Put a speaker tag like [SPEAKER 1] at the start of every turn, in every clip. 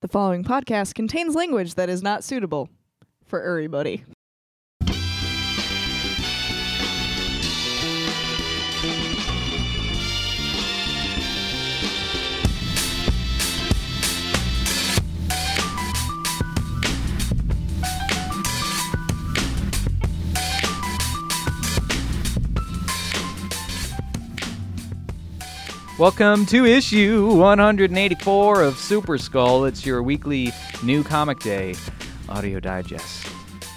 [SPEAKER 1] The following podcast contains language that is not suitable for everybody.
[SPEAKER 2] Welcome to issue 184 of Super Skull. It's your weekly New Comic Day audio digest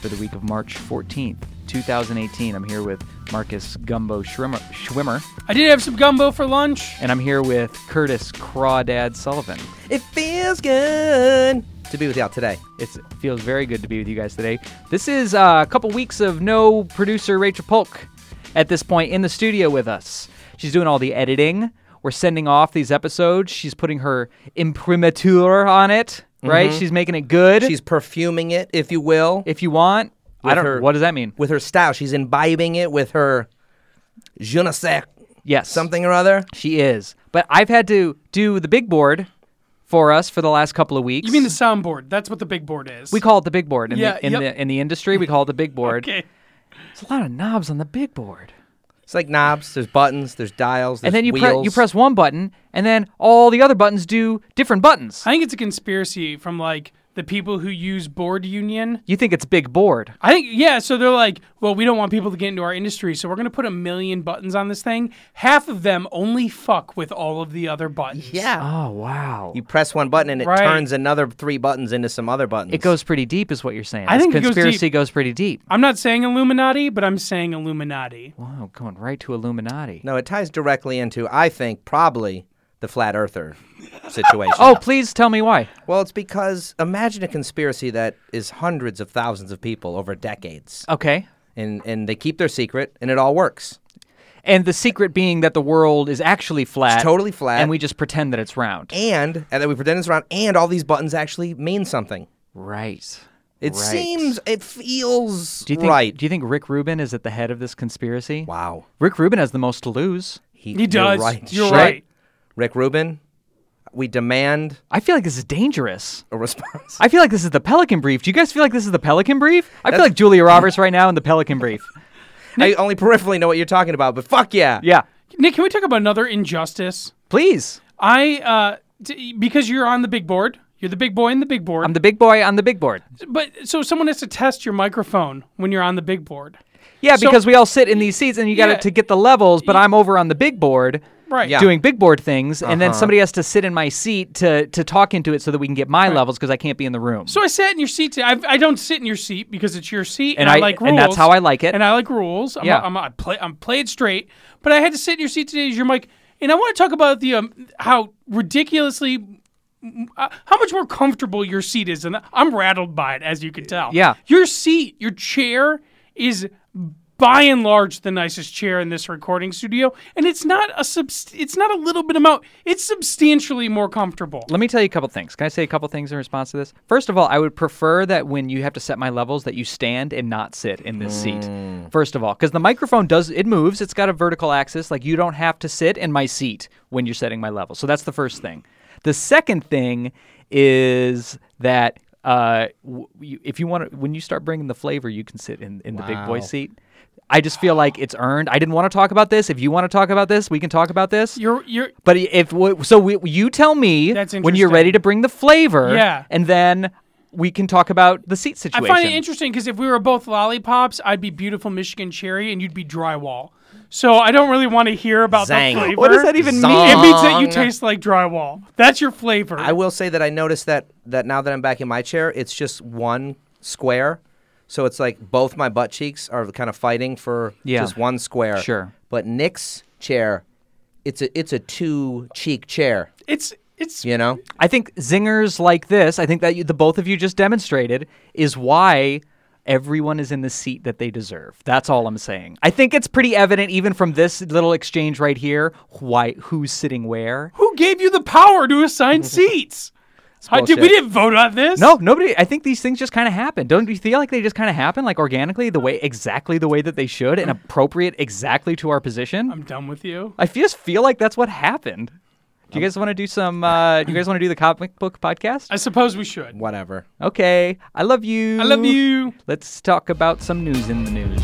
[SPEAKER 2] for the week of March 14th, 2018. I'm here with Marcus Gumbo Schwimmer, Schwimmer
[SPEAKER 3] I did have some gumbo for lunch.
[SPEAKER 2] and I'm here with Curtis Crawdad Sullivan.
[SPEAKER 4] It feels good to be with y'all today.
[SPEAKER 2] It's, it feels very good to be with you guys today. This is uh, a couple weeks of no producer Rachel Polk at this point in the studio with us. She's doing all the editing. We're sending off these episodes. She's putting her imprimatur on it, right? She's making it good.
[SPEAKER 4] Mm-hmm. She's perfuming it, if you will,
[SPEAKER 2] if you want, I
[SPEAKER 4] With
[SPEAKER 2] don't.
[SPEAKER 4] her-
[SPEAKER 2] what does that mean?
[SPEAKER 4] with her style. She's imbibing it with her je ne sais
[SPEAKER 2] Yes,
[SPEAKER 4] something or other.
[SPEAKER 2] She is. But I've had to do the big board for us for the last couple of weeks.
[SPEAKER 3] You mean the soundboard? That's what the big board is.
[SPEAKER 2] we call it the big board in,
[SPEAKER 3] Yeah,
[SPEAKER 2] the, in
[SPEAKER 3] yep.
[SPEAKER 2] the in the industry? We call it the big board.
[SPEAKER 3] Okay.
[SPEAKER 2] There's a lot of knobs on the big board.
[SPEAKER 4] It's like knobs. There's buttons. There's dials. There's
[SPEAKER 2] and then you, pre-
[SPEAKER 4] wheels.
[SPEAKER 2] you press one button, and then all the other buttons do different buttons.
[SPEAKER 3] I think it's a conspiracy from like the people who use board union.
[SPEAKER 2] You think it's big board.
[SPEAKER 3] I think yeah, so they're like, well, we don't want people to get into our industry, so we're going to put a million buttons on this thing. Half of them only fuck with all of the other buttons.
[SPEAKER 4] Yeah.
[SPEAKER 2] Oh, wow.
[SPEAKER 4] You press one button and it
[SPEAKER 3] Right.
[SPEAKER 4] turns another three buttons into some other buttons.
[SPEAKER 2] it goes pretty deep, is what you're saying.
[SPEAKER 3] I
[SPEAKER 2] This
[SPEAKER 3] think it goes
[SPEAKER 2] conspiracy goes, pretty deep.
[SPEAKER 3] I'm not saying Illuminati, but I'm saying Illuminati.
[SPEAKER 2] Wow, going right to Illuminati.
[SPEAKER 4] No, it ties directly into I think probably the flat earther situation.
[SPEAKER 2] Oh, please tell me why.
[SPEAKER 4] Well, it's because imagine a conspiracy that is hundreds of thousands of people over decades.
[SPEAKER 2] Okay.
[SPEAKER 4] and and they keep their secret and it all works.
[SPEAKER 2] And the secret being that the world is actually flat.
[SPEAKER 4] It's totally flat.
[SPEAKER 2] And we just pretend that it's round.
[SPEAKER 4] And and then we pretend it's round and all these buttons actually mean something.
[SPEAKER 2] right.
[SPEAKER 4] It
[SPEAKER 2] Right.
[SPEAKER 4] seems it feels
[SPEAKER 2] Do you think,
[SPEAKER 4] right.
[SPEAKER 2] Do you think Rick Rubin is at the head of this conspiracy?
[SPEAKER 4] wow.
[SPEAKER 2] Rick Rubin has the most to lose.
[SPEAKER 3] He does.
[SPEAKER 4] You're right.
[SPEAKER 3] You're
[SPEAKER 4] Shit.
[SPEAKER 3] right.
[SPEAKER 4] Rick Rubin, we demand
[SPEAKER 2] I feel like this is dangerous.
[SPEAKER 4] a response.
[SPEAKER 2] I feel like this is the Pelican Brief. Do you guys feel like this is the Pelican Brief? I feel like Julia Roberts right now in the Pelican Brief.
[SPEAKER 4] I only peripherally know what you're talking about, but fuck yeah.
[SPEAKER 2] Yeah.
[SPEAKER 3] Nick, can we talk about another injustice?
[SPEAKER 2] Please.
[SPEAKER 3] I uh t- because you're on the big board, you're the big boy in the big board.
[SPEAKER 2] I'm the big boy on the big board.
[SPEAKER 3] But so someone has to test your microphone when you're on the big board.
[SPEAKER 2] Yeah,
[SPEAKER 3] So-
[SPEAKER 2] because we all sit in these seats and you got
[SPEAKER 3] Yeah.
[SPEAKER 2] to to get the levels, but I'm over on the big board.
[SPEAKER 3] Right. Yeah.
[SPEAKER 2] Doing big board things, and then somebody has to sit in my seat to to talk into it so that we can get my levels because I can't be in the room.
[SPEAKER 3] So I sat in your seat. Today. I, I don't sit in your seat because it's your seat, and,
[SPEAKER 2] And I-
[SPEAKER 3] like rules,
[SPEAKER 2] and that's how I like it.
[SPEAKER 3] and I like rules. I'm
[SPEAKER 2] Yeah.
[SPEAKER 3] a, I'm, a, I play, I'm played straight, but I had to sit in your seat today. As your mic, and I want to talk about the um, how ridiculously. Uh, how much more comfortable your seat is, and I'm rattled by it, as you can tell.
[SPEAKER 2] Yeah.
[SPEAKER 3] your seat, your chair is by and large the nicest chair in this recording studio, and it's not a subst- it's not a little bit amount. It's substantially more comfortable.
[SPEAKER 2] Let me tell you a couple things. Can I say a couple things in response to this? First of all, I would prefer that when you have to set my levels that you stand and not sit in this seat. First of all, cuz the microphone does it moves, it's got a vertical axis like you don't have to sit in my seat when you're setting my level. So that's the first thing. The second thing is that uh, w- you- if you want to, when you start bringing the flavor, you can sit in, in the big boy seat. I just feel like it's earned. I didn't want to talk about this. If you want to talk about this, we can talk about this.
[SPEAKER 3] You're you're
[SPEAKER 2] But if w- so, we, you tell me
[SPEAKER 3] That's
[SPEAKER 2] when you're
[SPEAKER 3] interesting.
[SPEAKER 2] ready to bring the flavor,
[SPEAKER 3] Yeah.
[SPEAKER 2] and then we can talk about the seat situation.
[SPEAKER 3] I find it interesting because if we were both lollipops, I'd be beautiful Michigan cherry and you'd be drywall. So I don't really want to hear about
[SPEAKER 4] Zang.
[SPEAKER 3] that flavor.
[SPEAKER 2] What does that even
[SPEAKER 4] Zong.
[SPEAKER 2] mean?
[SPEAKER 3] It means that you
[SPEAKER 4] Zong.
[SPEAKER 3] taste like drywall. That's your flavor.
[SPEAKER 4] I will say that I noticed that that now that I'm back in my chair, it's just one square. So it's like both my butt cheeks are kind of fighting for
[SPEAKER 2] Yeah.
[SPEAKER 4] just one square.
[SPEAKER 2] Sure.
[SPEAKER 4] But Nick's chair, it's a it's a two cheek chair.
[SPEAKER 3] it's it's
[SPEAKER 4] You know,
[SPEAKER 2] I think zingers like this. I think that you, the both of you just demonstrated is why everyone is in the seat that they deserve. That's all I'm saying. I think it's pretty evident even from this little exchange right here why who's sitting where.
[SPEAKER 3] who gave you the power to assign seats? How- did, we
[SPEAKER 4] bullshit.
[SPEAKER 3] didn't vote on this.
[SPEAKER 2] No, nobody. I think these things just kind of happen. Don't you feel like they just kind of happen, like organically, the way exactly the way that they should, and appropriate exactly to our position?
[SPEAKER 3] I'm done with you.
[SPEAKER 2] I just feel like that's what happened. Do you guys want to do some? Uh, do you guys want to do the comic book podcast?
[SPEAKER 3] Um, I suppose we should.
[SPEAKER 4] Whatever.
[SPEAKER 2] Okay. I love you.
[SPEAKER 3] I love you.
[SPEAKER 2] Let's talk about some news in the news.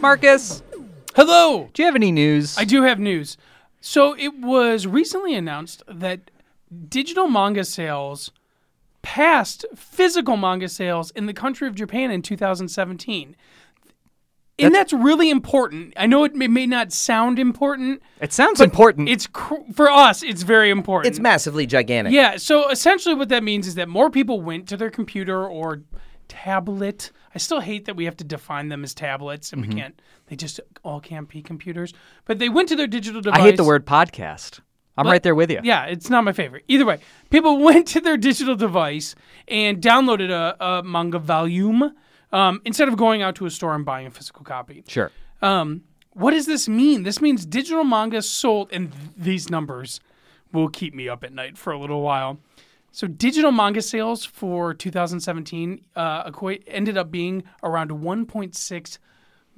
[SPEAKER 2] Marcus,
[SPEAKER 3] Hello.
[SPEAKER 2] do you have any news?
[SPEAKER 3] I do have news. So it was recently announced that digital manga sales passed physical manga sales in the country of Japan in 2017. And that's, really important. I know it may, may not sound important.
[SPEAKER 2] It sounds important.
[SPEAKER 3] It's cr- for us. It's very important.
[SPEAKER 4] It's massively gigantic.
[SPEAKER 3] Yeah, so essentially what that means is that more people went to their computer or tablet. I still hate that we have to define them as tablets
[SPEAKER 2] Mm-hmm.
[SPEAKER 3] and we can't they just all can't be computers. But they went to their digital device.
[SPEAKER 2] I hate the word podcast. I'm right there with you.
[SPEAKER 3] Yeah, it's not my favorite. Either way, people went to their digital device and downloaded a, a manga volume um, instead of going out to a store and buying a physical copy.
[SPEAKER 2] Sure.
[SPEAKER 3] Um, what does this mean? This means digital manga sold, and th- these numbers will keep me up at night for a little while. So, digital manga sales for 2017 uh, equa- ended up being around 1.6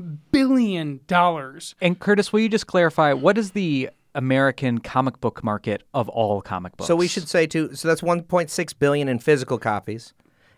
[SPEAKER 3] billion dollars.
[SPEAKER 2] And Curtis, will you just clarify what is the American comic book market of all comic books?
[SPEAKER 4] So we should say too. So that's 1.6 billion in physical copies,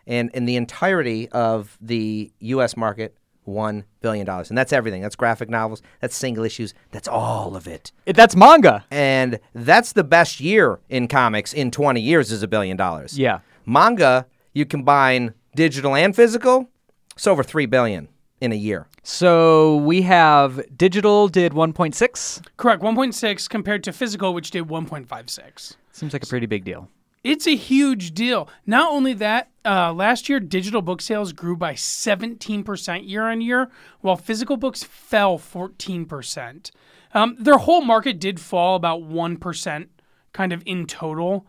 [SPEAKER 4] and in the entirety of the U.S. market, one billion dollars, and that's everything. That's graphic novels. That's single issues. That's all of it.
[SPEAKER 2] Eh, That's manga.
[SPEAKER 4] And that's the best year in comics in 20 years is a billion dollars.
[SPEAKER 2] Yeah.
[SPEAKER 4] Manga, you combine digital and physical, it's over three billion in a year.
[SPEAKER 2] So we have digital did 1.6.
[SPEAKER 3] Correct, 1.6 compared to physical, which did 1.56.
[SPEAKER 2] Seems like a pretty big deal.
[SPEAKER 3] It's a huge deal. Not only that, uh, last year digital book sales grew by 17% year on year, while physical books fell 14%. Um, their whole market did fall about 1% kind of in total,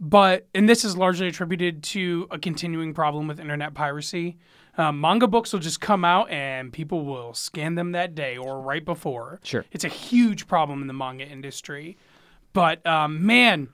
[SPEAKER 3] but, and this is largely attributed to a continuing problem with internet piracy. Uh, manga books will just come out and people will scan them that day or right before.
[SPEAKER 2] Sure.
[SPEAKER 3] It's a huge problem in the manga industry but um, man,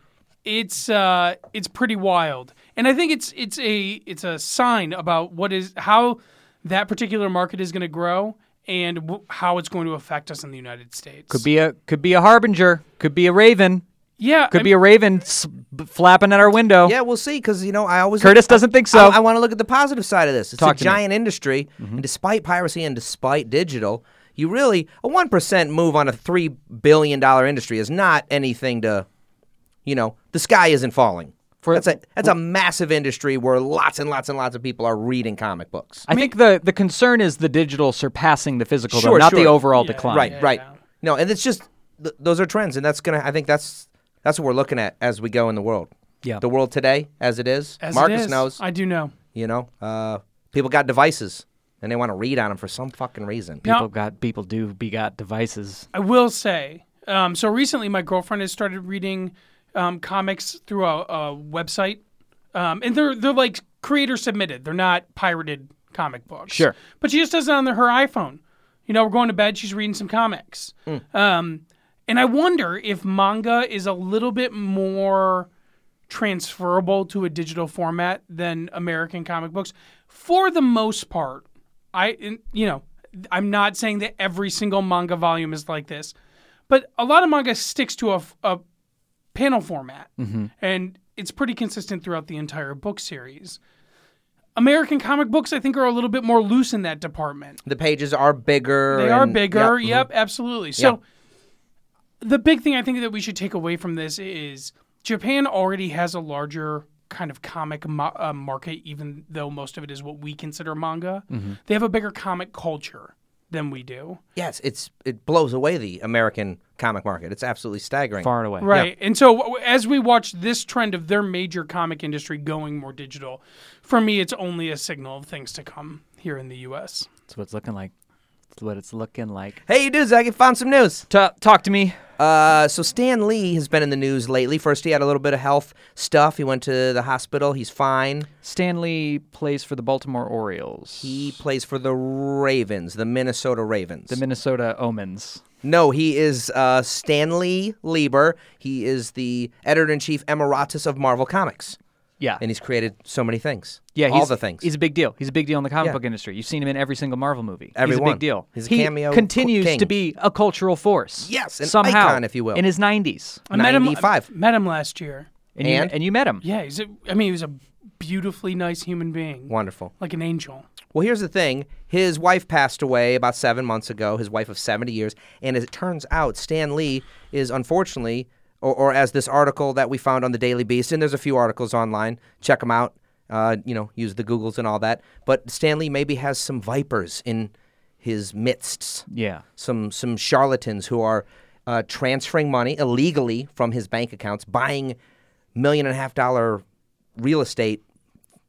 [SPEAKER 3] it's uh, it's pretty wild, and I think it's it's a it's a sign about what is how that particular market is going to grow and w- how it's going to affect us in the United States.
[SPEAKER 2] Could be a could be a harbinger. Could be a raven.
[SPEAKER 3] yeah,
[SPEAKER 2] Could
[SPEAKER 3] I
[SPEAKER 2] be a raven s- b- flapping at our window.
[SPEAKER 4] Yeah, we'll see. Because you know, I always
[SPEAKER 2] Curtis doesn't think so.
[SPEAKER 4] I, want to look at the positive side of this. It's
[SPEAKER 2] Talk
[SPEAKER 4] a
[SPEAKER 2] to me. Mm-hmm.
[SPEAKER 4] giant industry, and despite piracy and despite digital, you really a one percent move on a three billion dollar industry is not anything to, you know, the sky isn't falling.
[SPEAKER 2] For-
[SPEAKER 4] that's a that's a massive industry where lots and lots and lots of people are reading comic books.
[SPEAKER 2] I think the the concern is the digital surpassing the physical, though,
[SPEAKER 4] Sure,
[SPEAKER 2] not the
[SPEAKER 4] sure.
[SPEAKER 2] overall
[SPEAKER 3] Yeah.
[SPEAKER 2] decline.
[SPEAKER 4] right,
[SPEAKER 3] yeah,
[SPEAKER 4] right.
[SPEAKER 3] yeah.
[SPEAKER 4] No, and it's just th- those are trends, and that's gonna. I think that's that's what we're looking at as we go in the world.
[SPEAKER 2] Yeah.
[SPEAKER 4] the world today as it is.
[SPEAKER 3] as it
[SPEAKER 4] Marcus
[SPEAKER 3] is.
[SPEAKER 4] knows.
[SPEAKER 3] I do know.
[SPEAKER 4] You know, uh, people got devices and they want to read on them for some fucking reason.
[SPEAKER 3] Now-
[SPEAKER 2] People got people do be got devices.
[SPEAKER 3] I will say. Um, so recently, my girlfriend has started reading um, comics through a, a website, um, and they're they're like creator submitted. They're not pirated comic books.
[SPEAKER 2] Sure.
[SPEAKER 3] but she just does it on the, her iPhone. You know, we're going to bed. She's reading some comics, um, and I wonder if manga is a little bit more transferable to a digital format than American comic books for the most part. I and, you know, I'm not saying that every single manga volume is like this, but a lot of manga sticks to a, f- a panel format and it's pretty consistent throughout the entire book series. American comic books I think are a little bit more loose in that department.
[SPEAKER 4] The pages are bigger.
[SPEAKER 3] They are
[SPEAKER 4] and-
[SPEAKER 3] bigger.
[SPEAKER 4] yeah.
[SPEAKER 3] Yep, absolutely. So the big thing I think that we should take away from this is Japan already has a larger kind of comic mo- uh, market, even though most of it is what we consider manga.
[SPEAKER 4] Mm-hmm.
[SPEAKER 3] They have a bigger comic culture than we do.
[SPEAKER 4] Yes, it's it blows away the American comic market. It's absolutely staggering.
[SPEAKER 2] Far and away.
[SPEAKER 3] Right. And so w- as we watch this trend of their major comic industry going more digital, for me, it's only a signal of things to come here in the U.S.
[SPEAKER 2] That's what it's looking like. That's what it's looking like.
[SPEAKER 4] Hey, you dudes, I can find some news.
[SPEAKER 2] Ta talk to me.
[SPEAKER 4] Uh, so Stan Lee has been in the news lately. First, he had a little bit of health stuff. He went to the hospital. He's fine.
[SPEAKER 2] Stanley plays for the Baltimore Orioles.
[SPEAKER 4] He plays for the Ravens, the Minnesota Ravens.
[SPEAKER 2] the Minnesota Omens.
[SPEAKER 4] No, he is uh, Stanley Lieber. He is the editor in chief emeritus of Marvel Comics.
[SPEAKER 2] Yeah.
[SPEAKER 4] and he's created so many things.
[SPEAKER 2] Yeah,
[SPEAKER 4] all
[SPEAKER 2] he's-
[SPEAKER 4] the things.
[SPEAKER 2] He's a big deal. He's a big deal in the comic
[SPEAKER 4] Yeah.
[SPEAKER 2] book industry. You've seen him in every single Marvel movie.
[SPEAKER 4] Every
[SPEAKER 2] he's a
[SPEAKER 4] one.
[SPEAKER 2] big deal.
[SPEAKER 4] He's a
[SPEAKER 2] he
[SPEAKER 4] cameo
[SPEAKER 2] continues
[SPEAKER 4] king.
[SPEAKER 2] to be a cultural force.
[SPEAKER 4] Yes, an
[SPEAKER 2] somehow,
[SPEAKER 4] icon, if you will.
[SPEAKER 2] in his nineties.
[SPEAKER 3] I met him. uh,
[SPEAKER 4] 95.
[SPEAKER 3] Met him last year.
[SPEAKER 2] And, you-
[SPEAKER 4] And?
[SPEAKER 2] you met him.
[SPEAKER 3] Yeah, he's. A, I mean, he was a beautifully nice human being.
[SPEAKER 4] Wonderful.
[SPEAKER 3] Like an angel.
[SPEAKER 4] Well, here's the thing. His wife passed away about seven months ago, his wife of 70 years. And as it turns out, Stan Lee is unfortunately, or, or as this article that we found on the Daily Beast, and there's a few articles online, check them out, uh, you know, use the Googles and all that. But Stan Lee maybe has some vipers in his midst
[SPEAKER 2] Yeah.
[SPEAKER 4] some some charlatans who are uh, transferring money illegally from his bank accounts, buying million and a half dollar real estate,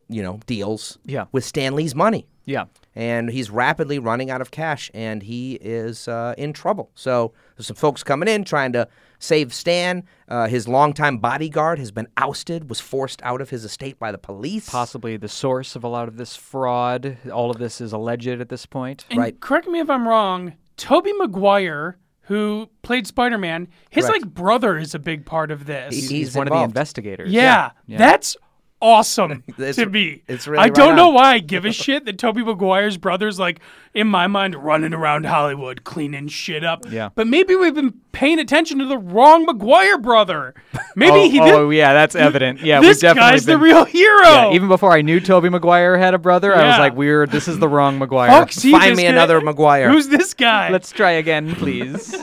[SPEAKER 4] you know, deals
[SPEAKER 2] Yeah.
[SPEAKER 4] with Stan Lee's money.
[SPEAKER 2] Yeah.
[SPEAKER 4] And he's rapidly running out of cash, and he is uh, in trouble. So there's some folks coming in trying to save Stan. Uh, his longtime bodyguard has been ousted, was forced out of his estate by the police.
[SPEAKER 2] Possibly the source of a lot of this fraud. All of this is alleged at this point.
[SPEAKER 3] And
[SPEAKER 4] Right.
[SPEAKER 3] Correct me if I'm wrong. Toby Maguire, who played Spider-Man, his
[SPEAKER 4] Correct.
[SPEAKER 3] like brother is a big part of this.
[SPEAKER 4] He-
[SPEAKER 2] He's,
[SPEAKER 4] He's
[SPEAKER 2] one of the
[SPEAKER 4] involved.
[SPEAKER 2] investigators.
[SPEAKER 3] Yeah, that's awesome
[SPEAKER 4] It's-
[SPEAKER 3] to me.
[SPEAKER 4] it's really
[SPEAKER 3] I
[SPEAKER 4] right
[SPEAKER 3] don't know
[SPEAKER 4] on.
[SPEAKER 3] why I give a shit that Toby Maguire's brother's like in my mind running around Hollywood cleaning shit up.
[SPEAKER 2] Yeah.
[SPEAKER 3] but maybe we've been paying attention to the wrong Maguire brother. Maybe
[SPEAKER 2] Oh,
[SPEAKER 3] he
[SPEAKER 2] oh, yeah, that's evident. Yeah,
[SPEAKER 3] this
[SPEAKER 2] we've definitely
[SPEAKER 3] guy's
[SPEAKER 2] been,
[SPEAKER 3] the real hero.
[SPEAKER 2] Yeah, even before I knew Toby Maguire had a brother, I was
[SPEAKER 3] Oh. Yeah.
[SPEAKER 2] like, "Weird, this is the wrong Maguire."
[SPEAKER 3] Fuck, see
[SPEAKER 4] Find
[SPEAKER 3] this
[SPEAKER 4] me
[SPEAKER 3] guy-
[SPEAKER 4] another Maguire.
[SPEAKER 3] Who's this guy?
[SPEAKER 2] Let's try again, please.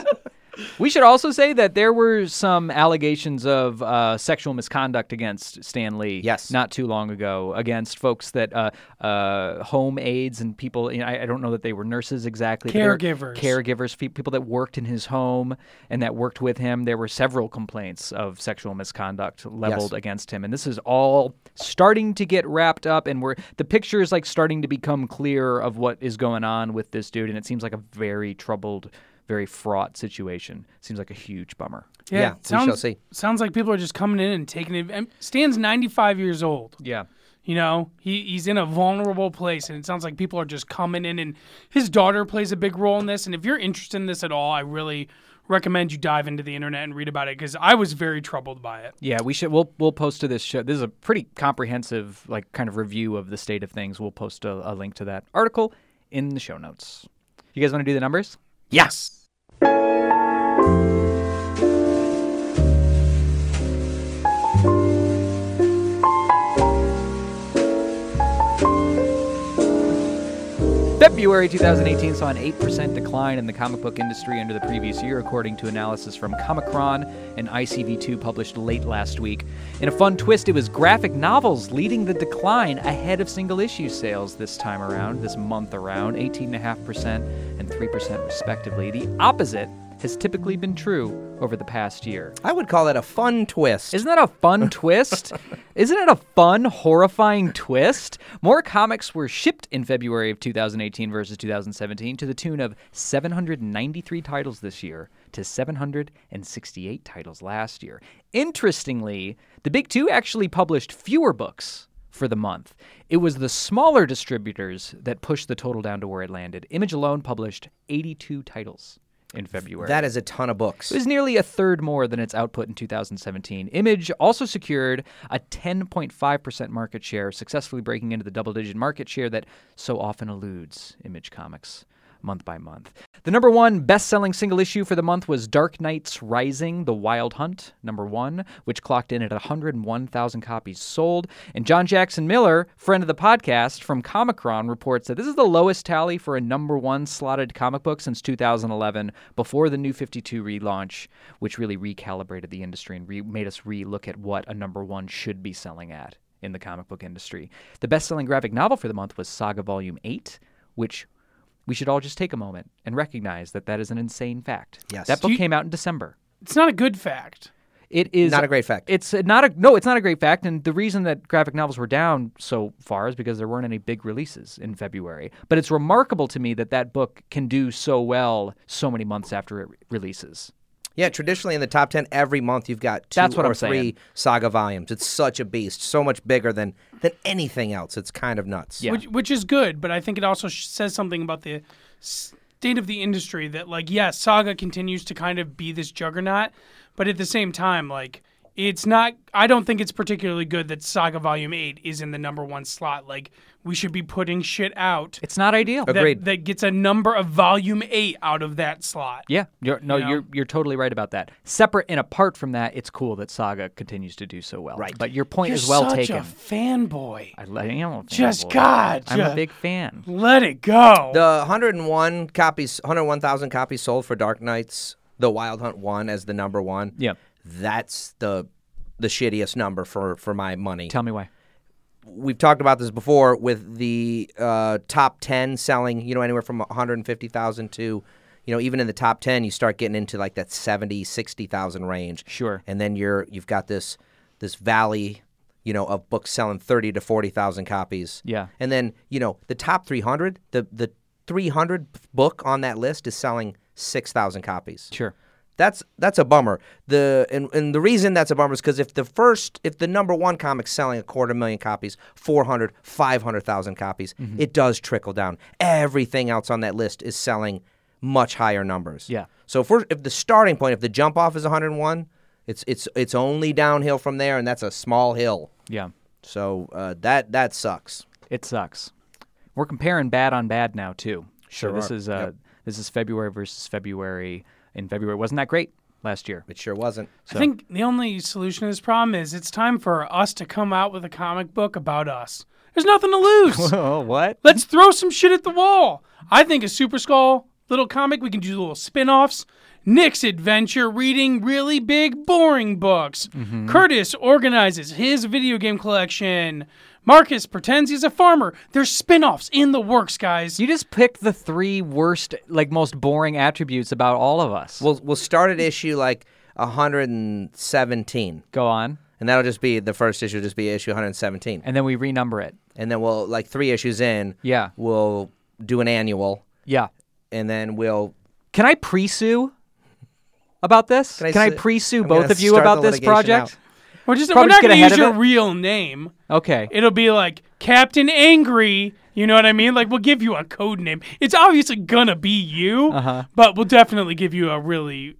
[SPEAKER 2] we should also say that there were some allegations of uh, sexual misconduct against Stan Lee.
[SPEAKER 4] Yes.
[SPEAKER 2] Not too long ago, against folks that uh, uh, home aides and people, you know, I, I don't know that they were nurses exactly. but they were
[SPEAKER 3] Caregivers.
[SPEAKER 2] Caregivers, fe- people that worked in his home and that worked with him. There were several complaints of sexual misconduct leveled against him. And this is all starting to get wrapped up. And we're, the picture is like starting to become clear of what is going on with this dude. And it seems like a very troubled, very fraught situation. Seems like a huge bummer.
[SPEAKER 4] Yeah, we shall
[SPEAKER 3] sounds,
[SPEAKER 4] see.
[SPEAKER 3] Sounds like people are just coming in and taking it. and Stan's 95 years old.
[SPEAKER 2] Yeah.
[SPEAKER 3] You know, he, he's in a vulnerable place, and it sounds like people are just coming in. And his daughter plays a big role in this. And if you're interested in this at all, I really recommend you dive into the internet and read about it because I was very troubled by it.
[SPEAKER 2] Yeah, we should. We'll we'll post to this show. This is a pretty comprehensive, like, kind of review of the state of things. We'll post a, a link to that article in the show notes. You guys want to do the numbers?
[SPEAKER 4] Yes.
[SPEAKER 2] February 2018 saw an 8% decline in the comic book industry under the previous year, according to analysis from Comicron and ICV2 published late last week. In a fun twist, it was graphic novels leading the decline ahead of single issue sales this time around, this month around, 18.5% and 3% respectively. The opposite has typically been true over the past year.
[SPEAKER 4] I would call that a fun twist.
[SPEAKER 2] Isn't that a fun twist? Isn't it a fun, horrifying twist? More comics were shipped in February of 2018 versus 2017 to the tune of 793 titles this year to 768 titles last year. Interestingly, the Big Two actually published fewer books for the month. It was the smaller distributors that pushed the total down to where it landed. Image alone published 82 titles in February.
[SPEAKER 4] that is a ton of books.
[SPEAKER 2] It was nearly a third more than its output in 2017. Image also secured a 10.5% market share, successfully breaking into the double digit market share that so often eludes Image Comics month by month. The number one best selling single issue for the month was Dark Knight's Rising, The Wild Hunt, number one, which clocked in at 101,000 copies sold. And John Jackson Miller, friend of the podcast from Comicron, reports that this is the lowest tally for a number one slotted comic book since 2011, before the New 52 relaunch, which really recalibrated the industry and re- made us re look at what a number one should be selling at in the comic book industry. The best selling graphic novel for the month was Saga Volume 8, which we should all just take a moment and recognize that that is an insane fact.
[SPEAKER 4] Yes.
[SPEAKER 2] That book
[SPEAKER 3] Do you-
[SPEAKER 2] came out in December.
[SPEAKER 3] It's not a good fact.
[SPEAKER 2] It is
[SPEAKER 4] Not a great fact.
[SPEAKER 2] It's not a no. It's not a great fact, and the reason that graphic novels were down so far is because there weren't any big releases in February. But it's remarkable to me that that book can do so well so many months after it re- releases.
[SPEAKER 4] Yeah, traditionally in the top ten every month you've got two
[SPEAKER 2] That's what
[SPEAKER 4] or
[SPEAKER 2] I'm saying.
[SPEAKER 4] three saga volumes. It's such a beast, so much bigger than than anything else. It's kind of nuts.
[SPEAKER 2] Yeah.
[SPEAKER 3] which, which is good but i think it also sh- says something about the state of the industry that like yes saga continues to kind of be this juggernaut but at the same time like It's not. I don't think it's particularly good that Saga Volume Eight is in the number one slot. Like we should be putting shit out
[SPEAKER 2] It's not ideal.
[SPEAKER 4] Okay.
[SPEAKER 3] that,
[SPEAKER 4] Agreed.
[SPEAKER 3] that gets a number of Volume Eight out of that slot.
[SPEAKER 2] Yeah, you're, no,
[SPEAKER 3] know?
[SPEAKER 2] you're you're totally right about that. Separate and apart from that, it's cool that Saga continues to do so well.
[SPEAKER 4] Right.
[SPEAKER 2] but your point
[SPEAKER 3] You're
[SPEAKER 2] is well
[SPEAKER 3] such
[SPEAKER 2] taken.
[SPEAKER 3] a fanboy.
[SPEAKER 2] I li- I am a
[SPEAKER 3] Just
[SPEAKER 2] fanboy.
[SPEAKER 3] God,
[SPEAKER 2] I'm
[SPEAKER 3] ju-
[SPEAKER 2] a big fan.
[SPEAKER 3] Let it go.
[SPEAKER 4] The 101 copies, 101,000 copies sold for Dark Knights, The Wild Hunt one as the number one.
[SPEAKER 2] Yeah.
[SPEAKER 4] That's the the shittiest number for for my money.
[SPEAKER 2] Tell me why.
[SPEAKER 4] We've talked about this before with the uh, top 10 selling, you know, anywhere from 150,000 to you know, even in the top 10, you start getting into like that 70, 60,000 range.
[SPEAKER 2] Sure.
[SPEAKER 4] And then you're you've got this this valley, you know, of books selling 30 to 40,000 copies.
[SPEAKER 2] Yeah.
[SPEAKER 4] And then, you know, the top 300, the the 300 book on that list is selling 6,000 copies.
[SPEAKER 2] Sure.
[SPEAKER 4] That's that's a bummer. The and, and the reason that's a bummer is because if the first if the number one comic's selling a quarter million copies, 400, 500,000 copies, it does trickle down. Everything else on that list is selling much higher numbers.
[SPEAKER 2] Yeah.
[SPEAKER 4] So if we're, if the starting point, if the jump off is 101, it's it's it's only downhill from there, and that's a small hill.
[SPEAKER 2] Yeah,
[SPEAKER 4] So uh, that that sucks.
[SPEAKER 2] it sucks. We're comparing bad on bad now too. Sure. this
[SPEAKER 4] are.
[SPEAKER 2] is uh, this is February versus February. In February, wasn't that great last year?
[SPEAKER 4] It sure wasn't.
[SPEAKER 3] I think the only solution to this problem is it's time for us to come out with a comic book about us. There's nothing to lose.
[SPEAKER 2] Oh, what?
[SPEAKER 3] Let's throw some shit at the wall. I think a Super Skull little comic, we can do little spin offs. Nick's adventure reading really big, boring books.
[SPEAKER 2] Mm-hmm.
[SPEAKER 3] Curtis organizes his video game collection. Marcus pretends he's a farmer. There's spin offs in the works, guys.
[SPEAKER 2] You just picked the three worst, like most boring attributes about all of us.
[SPEAKER 4] We'll we'll start at issue like 117.
[SPEAKER 2] go on,
[SPEAKER 4] And that'll just be the first issue. Just be issue 117,
[SPEAKER 2] and then we renumber it.
[SPEAKER 4] and then we'll like three issues in.
[SPEAKER 2] Yeah.
[SPEAKER 4] we'll do an annual,
[SPEAKER 2] Yeah.
[SPEAKER 4] and then we'll.
[SPEAKER 2] Can I pre-sue about this? Can
[SPEAKER 4] I
[SPEAKER 2] I,
[SPEAKER 4] sue-
[SPEAKER 2] pre-sue
[SPEAKER 4] I'm
[SPEAKER 2] both
[SPEAKER 4] gonna
[SPEAKER 2] of you
[SPEAKER 4] start
[SPEAKER 2] about
[SPEAKER 4] the
[SPEAKER 2] this
[SPEAKER 4] litigation
[SPEAKER 2] project?
[SPEAKER 3] We're, just, we're
[SPEAKER 2] Probably just
[SPEAKER 3] not
[SPEAKER 2] get
[SPEAKER 3] going to
[SPEAKER 2] ahead
[SPEAKER 3] use
[SPEAKER 2] of
[SPEAKER 3] your
[SPEAKER 2] it.
[SPEAKER 3] real name.
[SPEAKER 2] Okay.
[SPEAKER 3] It'll be like Captain Angry. You know what I mean? Like we'll give you a code name. It's obviously gonna be you,
[SPEAKER 2] Uh-huh.
[SPEAKER 3] but we'll definitely give you a really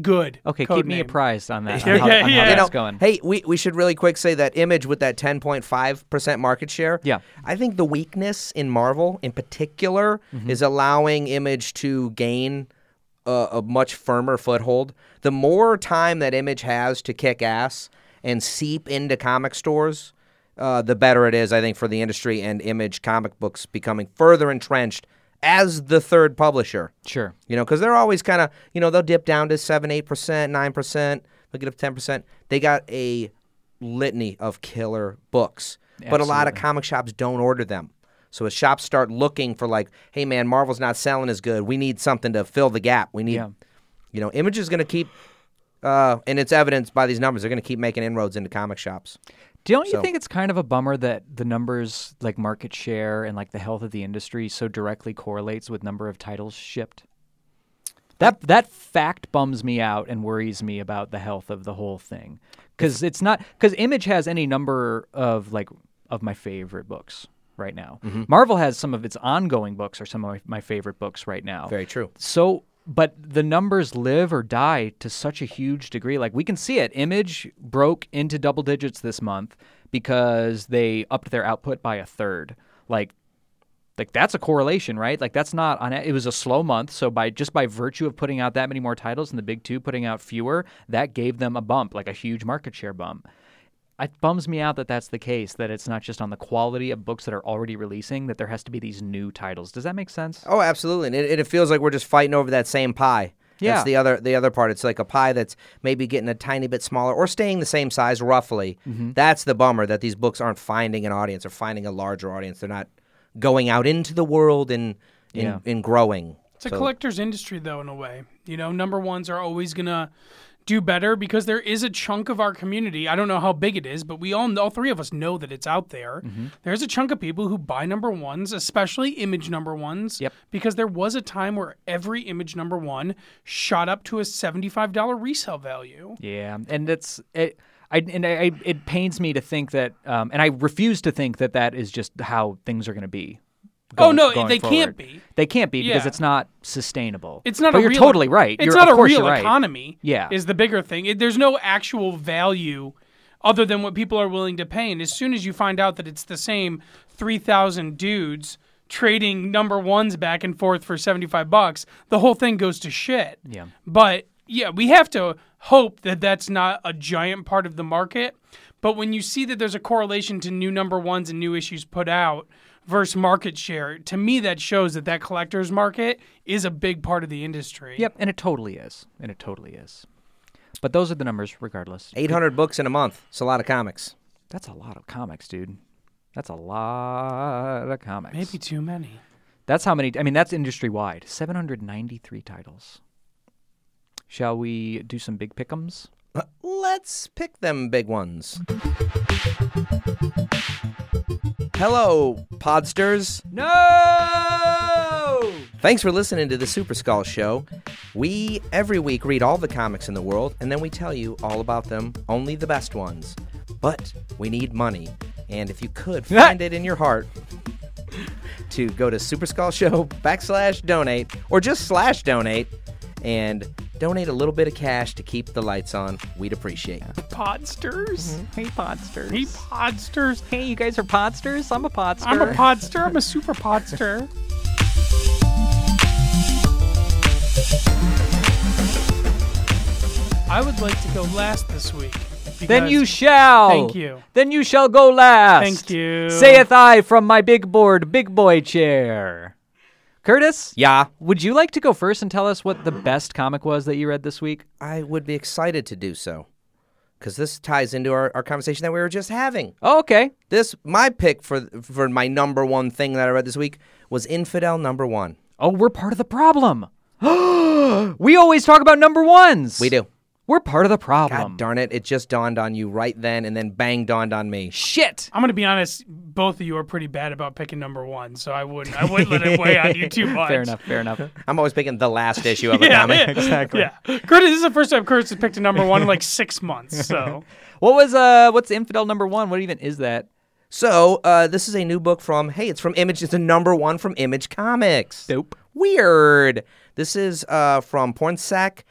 [SPEAKER 3] good.
[SPEAKER 2] okay,
[SPEAKER 3] code
[SPEAKER 2] keep me
[SPEAKER 3] name.
[SPEAKER 2] apprised on that.
[SPEAKER 3] Yeah,
[SPEAKER 2] on how,
[SPEAKER 3] yeah,
[SPEAKER 2] on how
[SPEAKER 3] yeah. You
[SPEAKER 2] that's
[SPEAKER 3] know,
[SPEAKER 2] going.
[SPEAKER 4] Hey, we, we should really quick say that image with that 10.5 percent market share.
[SPEAKER 2] Yeah.
[SPEAKER 4] I think the weakness in Marvel, in particular,
[SPEAKER 2] Mm-hmm.
[SPEAKER 4] is allowing Image to gain a, a much firmer foothold. The more time that Image has to kick ass and seep into comic stores. Uh, the better it is, I think, for the industry and image comic books becoming further entrenched as the third publisher.
[SPEAKER 2] Sure.
[SPEAKER 4] You know, because they're always kind of, you know, they'll dip down to 7, 8%, 9%, they'll get up 10%. They got a litany of killer books, but a lot of comic shops don't order them. So as shops start looking for, like, hey, man, Marvel's not selling as good. We need something to fill the gap. We need,
[SPEAKER 2] Yeah.
[SPEAKER 4] you know, Image is going to keep, uh, and it's evidenced by these numbers, they're going to keep making inroads into comic shops.
[SPEAKER 2] Don't you
[SPEAKER 4] So-
[SPEAKER 2] think it's kind of a bummer that the numbers like market share and like the health of the industry so directly correlates with number of titles shipped? That that fact bums me out and worries me about the health of the whole thing. Cuz it's not cuz Image has any number of like of my favorite books right now.
[SPEAKER 4] Mm-hmm.
[SPEAKER 2] Marvel has some of its ongoing books or some of my favorite books right now
[SPEAKER 4] Very true.
[SPEAKER 2] so but the numbers live or die to such a huge degree like we can see it image broke into double digits this month because they upped their output by a third like like that's a correlation right like that's not on it was a slow month so by just by virtue of putting out that many more titles and the big two putting out fewer that gave them a bump like a huge market share bump it bums me out that that's the case that it's not just on the quality of books that are already releasing that there has to be these new titles does that make sense
[SPEAKER 4] Oh, absolutely, and it, and it feels like we're just fighting over that same pie.
[SPEAKER 2] Yeah.
[SPEAKER 4] That's the other the other part. It's like a pie that's maybe getting a tiny bit smaller or staying the same size roughly. That's the bummer that these books aren't finding an audience or finding a larger audience. They're not going out into the world and and,
[SPEAKER 2] Yeah.
[SPEAKER 4] and growing.
[SPEAKER 3] It's a collector's industry, though, in a way. You know, number ones are always gonna do better because there is a chunk of our community. I don't know how big it is, but we all, all three of us, know that it's out there. There's a chunk of people who buy number ones, especially image number ones.
[SPEAKER 2] Yep.
[SPEAKER 3] Because there was a time where every image number one shot up to a seventy-five dollar resale value.
[SPEAKER 2] Yeah, and it's it. I, and I, I, it pains me to think that, um, and I refuse to think that that is just how things are going to be
[SPEAKER 3] Oh,
[SPEAKER 2] go-
[SPEAKER 3] no,
[SPEAKER 2] going
[SPEAKER 3] they
[SPEAKER 2] forward.
[SPEAKER 3] can't be.
[SPEAKER 2] They can't be because
[SPEAKER 3] Yeah.
[SPEAKER 2] it's not sustainable.
[SPEAKER 3] It's not.
[SPEAKER 2] But
[SPEAKER 3] a
[SPEAKER 2] you're
[SPEAKER 3] real,
[SPEAKER 2] totally right.
[SPEAKER 3] It's
[SPEAKER 2] You're-
[SPEAKER 3] not
[SPEAKER 2] of
[SPEAKER 3] a
[SPEAKER 2] course
[SPEAKER 3] real
[SPEAKER 2] you're right.
[SPEAKER 3] economy.
[SPEAKER 2] Yeah.
[SPEAKER 3] is the bigger thing. It, there's no actual value other than what people are willing to pay. And as soon as you find out that it's the same three thousand dudes trading number ones back and forth for seventy five bucks, the whole thing goes to shit.
[SPEAKER 2] Yeah.
[SPEAKER 3] But yeah, we have to hope that that's not a giant part of the market. But when you see that there's a correlation to new number ones and new issues put out versus market share, to me that shows that that collector's market is a big part of the industry.
[SPEAKER 2] Yep, and it totally is. And it totally is. But those are the numbers, regardless.
[SPEAKER 4] 800 books in a month. It's a lot of comics.
[SPEAKER 2] That's a lot of comics, dude. That's a lot of comics.
[SPEAKER 3] Maybe too many.
[SPEAKER 2] That's how many. I mean, that's industry wide. 793 titles. Shall we do some big pickums?
[SPEAKER 4] Let's pick them big ones. Hello, Podsters.
[SPEAKER 3] Uh,
[SPEAKER 2] No!
[SPEAKER 4] Thanks for listening to the Super Skull Show. We every week read all the comics in the world and then we tell you all about them, only the best ones. But we need money. And if you could find it in your heart to go to Super Skull Show backslash donate or just slash donate and donate a little bit of cash to keep the lights on, we'd appreciate it.
[SPEAKER 3] Podsters?
[SPEAKER 2] Hey, podsters.
[SPEAKER 3] Hey, podsters.
[SPEAKER 2] Hey, you guys are podsters? I'm a podster.
[SPEAKER 3] I'm a podster. I'm a super podster. I would like to go last this week.
[SPEAKER 2] Then
[SPEAKER 3] because-
[SPEAKER 2] you shall.
[SPEAKER 3] Thank you.
[SPEAKER 2] Then you shall go last.
[SPEAKER 3] Thank you.
[SPEAKER 2] Saith I from my big board, big boy chair. Curtis?
[SPEAKER 4] Yeah.
[SPEAKER 2] Would you like to go first and tell us what the best comic was that you read this week?
[SPEAKER 4] I would be excited to do so because this ties into our, our conversation that we were just having.
[SPEAKER 2] Oh, okay.
[SPEAKER 4] This my pick for for my number one thing that I read this week was Infidel number one.
[SPEAKER 2] Oh, we're part of the problem. we always talk about number ones.
[SPEAKER 4] We do.
[SPEAKER 2] We're part of the
[SPEAKER 4] God
[SPEAKER 2] problem.
[SPEAKER 4] darn it! It just dawned on you right then, and then bang dawned on me.
[SPEAKER 2] Shit.
[SPEAKER 3] I'm gonna be honest. Both of you are pretty bad about picking number one, so I wouldn't. I wouldn't let it weigh on you too much.
[SPEAKER 2] Fair enough. Fair enough.
[SPEAKER 4] I'm always picking the last issue of a
[SPEAKER 3] Yeah,
[SPEAKER 4] comic.
[SPEAKER 3] yeah, exactly. Yeah, Curtis. This is the first time Curtis has picked a number one in like six months. So
[SPEAKER 2] What was uh? What's infidel number one? What even is that?
[SPEAKER 4] So uh, this is a new book from hey, it's from Image. It's a number one from Image Comics.
[SPEAKER 2] Dope.
[SPEAKER 4] Weird. This is uh, from Pornsack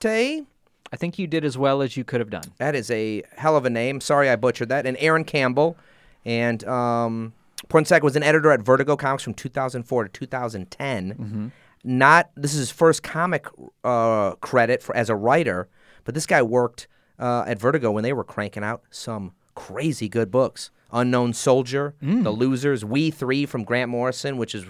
[SPEAKER 4] Pichote.
[SPEAKER 2] I think you did as well as you could have done.
[SPEAKER 4] That is a hell of a name. Sorry I butchered that. And Aaron Campbell. And um, Pornsack was an editor at Vertigo Comics from 2004 to 2010. Not this is his first comic uh, credit for, as a writer, but this guy worked uh, at Vertigo when they were cranking out some crazy good books. Unknown Soldier, The Losers, We Three from Grant Morrison, which is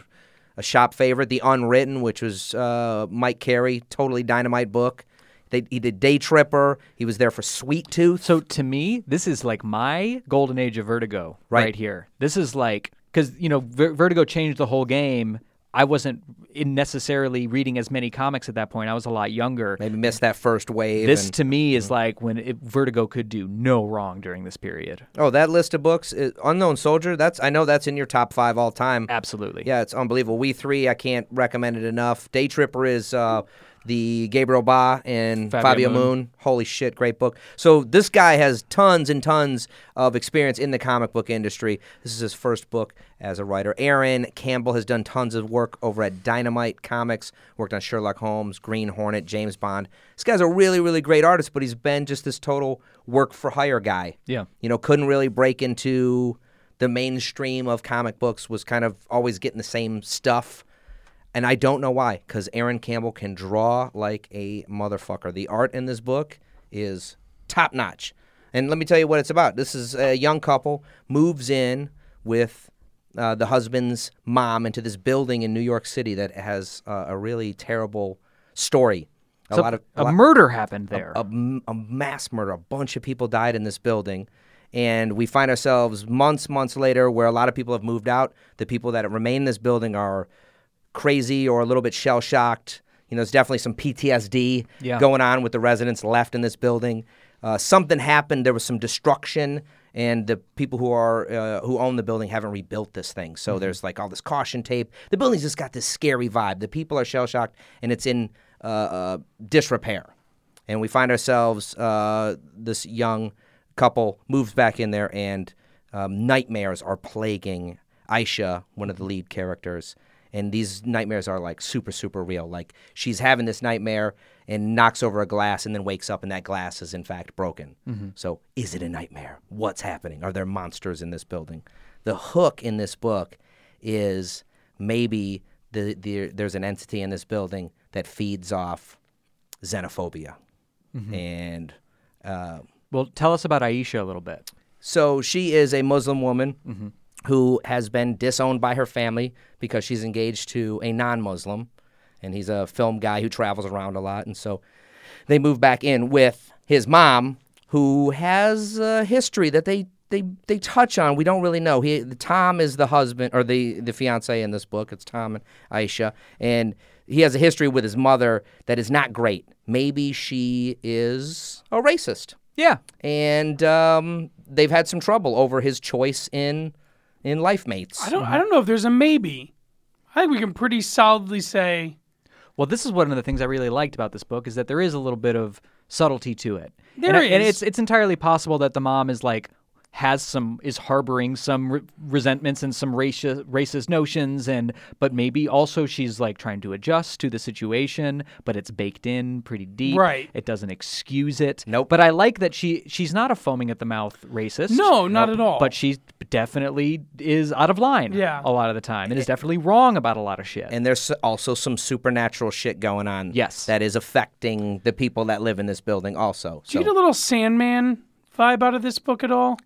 [SPEAKER 4] a shop favorite. The Unwritten, which was uh, Mike Carey, totally dynamite book. They, he did Day Tripper. He was there for Sweet Tooth.
[SPEAKER 2] So to me, this is like my golden age of Vertigo right,
[SPEAKER 4] Right.
[SPEAKER 2] here. This is like because you know Ver- Vertigo changed the whole game. I wasn't in necessarily reading as many comics at that point. I was a lot younger.
[SPEAKER 4] Maybe Mm-hmm. missed that first wave.
[SPEAKER 2] This
[SPEAKER 4] and-
[SPEAKER 2] to me is like when it, Vertigo could do no wrong during this period.
[SPEAKER 4] oh, that list of books, is, Unknown Soldier. That's I know that's in your top five all time.
[SPEAKER 2] Absolutely.
[SPEAKER 4] Yeah, it's unbelievable. We three, I can't recommend it enough. Day Tripper is uh, the Gabriel Ba and Fabio,
[SPEAKER 2] Fabio
[SPEAKER 4] Moon. Holy shit, great book. So this guy has tons and tons of experience in the comic book industry. This is his first book as a writer. Aaron Campbell has done tons of work over at Dynamite Comics, worked on Sherlock Holmes, Green Hornet, James Bond. This guy's a really, really great artist, but he's been just this total work for hire guy
[SPEAKER 2] Yeah.
[SPEAKER 4] you know, couldn't really break into the mainstream of comic books, was kind of always getting the same stuff. And I don't know why, because Aaron Campbell can draw like a motherfucker. The art in this book is top notch. And let me tell you what it's about. This is a young couple moves in with uh, the husband's mom into this building in New York City that has uh, a really terrible story. A
[SPEAKER 2] So
[SPEAKER 4] lot of a
[SPEAKER 2] a
[SPEAKER 4] lot-
[SPEAKER 2] murder happened there.
[SPEAKER 4] a, m- a mass murder. A bunch of people died in this building. And we find ourselves months, months later where a lot of people have moved out. The people that remain in this building are crazy or a little bit shell shocked. You know, there's definitely some PTSD
[SPEAKER 2] Yeah.
[SPEAKER 4] going on with the residents left in this building. Uh, something happened. There was some destruction, and the people who are uh, who own the building haven't rebuilt this thing. So there's like all this caution tape. The building's just got this scary vibe. The people are shell shocked, and it's in uh, uh, disrepair and we find ourselves uh, this young couple moves back in there and um, nightmares are plaguing Aisha, one of the lead characters. And these nightmares are like super, super real. Like she's having this nightmare and knocks over a glass and then wakes up and that glass is in fact broken. So is it a nightmare? What's happening? Are there monsters in this building? The hook in this book is maybe the, the, there's an entity in this building that feeds off xenophobia. And uh,
[SPEAKER 2] Well, tell us about Aisha a little bit.
[SPEAKER 4] so she is a Muslim woman who has been disowned by her family because she's engaged to a non Muslim. And he's a film guy who travels around a lot. And so they move back in with his mom, who has a history that they. They, they touch on we don't really know he Tom is the husband or the the fiance in this book it's Tom and Aisha and he has a history with his mother that is not great maybe she is a racist
[SPEAKER 2] Yeah.
[SPEAKER 4] and um, they've had some trouble over his choice in in life mates.
[SPEAKER 3] I don't. I don't know if there's a maybe. I think we can pretty solidly say
[SPEAKER 2] Well, this is one of the things I really liked about this book is that there is a little bit of subtlety to it.
[SPEAKER 3] There
[SPEAKER 2] and, I- and
[SPEAKER 3] is.
[SPEAKER 2] it's it's entirely possible that the mom is like has some is harboring some re- resentments and some raci- racist notions and but maybe also she's like trying to adjust to the situation but it's baked in pretty deep
[SPEAKER 3] Right.
[SPEAKER 2] it doesn't excuse it
[SPEAKER 4] Nope.
[SPEAKER 2] but i like that she she's not a foaming at the mouth racist
[SPEAKER 3] No, not at all.
[SPEAKER 2] but she definitely is out of line
[SPEAKER 3] Yeah.
[SPEAKER 2] a lot of the time and is definitely wrong about a lot of shit
[SPEAKER 4] and there's also some supernatural shit going on.
[SPEAKER 2] Yes.
[SPEAKER 4] that is affecting the people that live in this building. Also,
[SPEAKER 3] Do
[SPEAKER 4] so
[SPEAKER 3] you get a little Sandman vibe out of this book at all?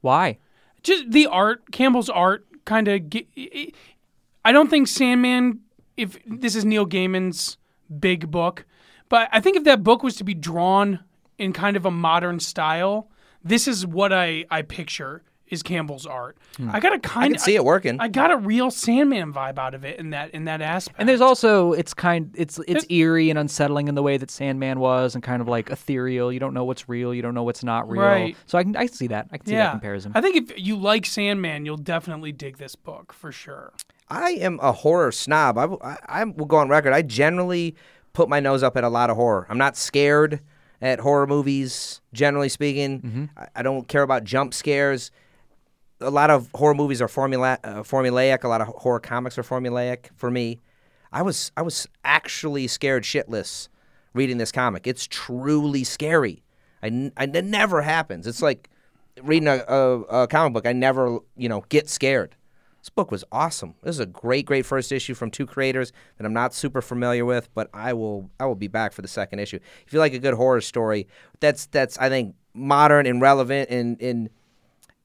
[SPEAKER 2] why
[SPEAKER 3] Just the art, Campbell's art, kind of. I don't think Sandman. If this is Neil Gaiman's big book, but I think if that book was to be drawn in kind of a modern style, this is what I I picture is Campbell's art.
[SPEAKER 2] Hmm.
[SPEAKER 3] I got a
[SPEAKER 4] I
[SPEAKER 3] kind
[SPEAKER 4] can see it working.
[SPEAKER 3] I got a real Sandman vibe out of it in that in that aspect.
[SPEAKER 2] And there's also it's kind it's it's eerie and unsettling in the way that Sandman was and kind of like ethereal. You don't know what's real, you don't know what's not real.
[SPEAKER 3] Right.
[SPEAKER 2] So I can I can see that. I can see that comparison.
[SPEAKER 3] I think if you like Sandman, you'll definitely dig this book for sure.
[SPEAKER 4] I am a horror snob. I, w- I- I will go on record. I generally put my nose up at a lot of horror. I'm not scared at horror movies, generally speaking.
[SPEAKER 3] Mm-hmm.
[SPEAKER 4] I, I don't care about jump scares. A lot of horror movies are formula, uh, formulaic. A lot of horror comics are formulaic for me. I was I was actually scared shitless reading this comic. It's truly scary. I, n- I- it never happens. It's like reading a, a, a comic book. I never you know get scared. This book was awesome. This is a great, great first issue from two creators that I'm not super familiar with, but I will I will be back for the second issue. If you like a good horror story, that's that's I think modern and relevant and and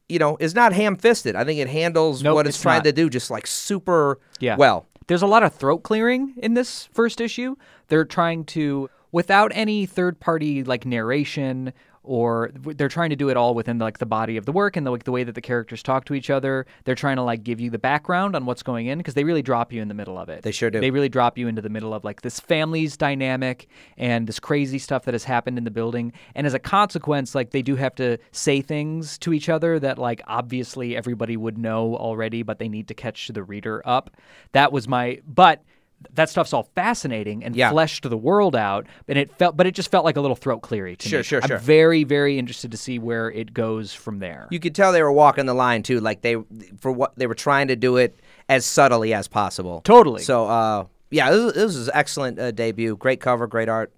[SPEAKER 4] you know, is not ham fisted. I think it handles
[SPEAKER 2] Nope,
[SPEAKER 4] what it's,
[SPEAKER 2] it's
[SPEAKER 4] trying
[SPEAKER 2] not.
[SPEAKER 4] to do just like super
[SPEAKER 2] Yeah.
[SPEAKER 4] well.
[SPEAKER 2] There's a lot of throat clearing in this first issue. They're trying to, without any third party like narration, or they're trying to do it all within like the body of the work and the, like the way that the characters talk to each other. They're trying to like give you the background on what's going in because they really drop you in the middle of it.
[SPEAKER 4] They sure do.
[SPEAKER 2] They really drop you into the middle of like this family's dynamic and this crazy stuff that has happened in the building. And as a consequence, like they do have to say things to each other that like obviously everybody would know already, but they need to catch the reader up. That was my but that stuff's all fascinating and
[SPEAKER 4] Yeah.
[SPEAKER 2] fleshed the world out and it felt but it just felt like a little throat cleary to
[SPEAKER 4] Sure,
[SPEAKER 2] me.
[SPEAKER 4] sure,
[SPEAKER 2] I'm
[SPEAKER 4] sure.
[SPEAKER 2] very, very interested to see where it goes from there.
[SPEAKER 4] You could tell they were walking the line too, like they for what they were trying to do it as subtly as possible.
[SPEAKER 2] Totally.
[SPEAKER 4] So uh yeah, this, this is excellent uh, debut. Great cover, great art.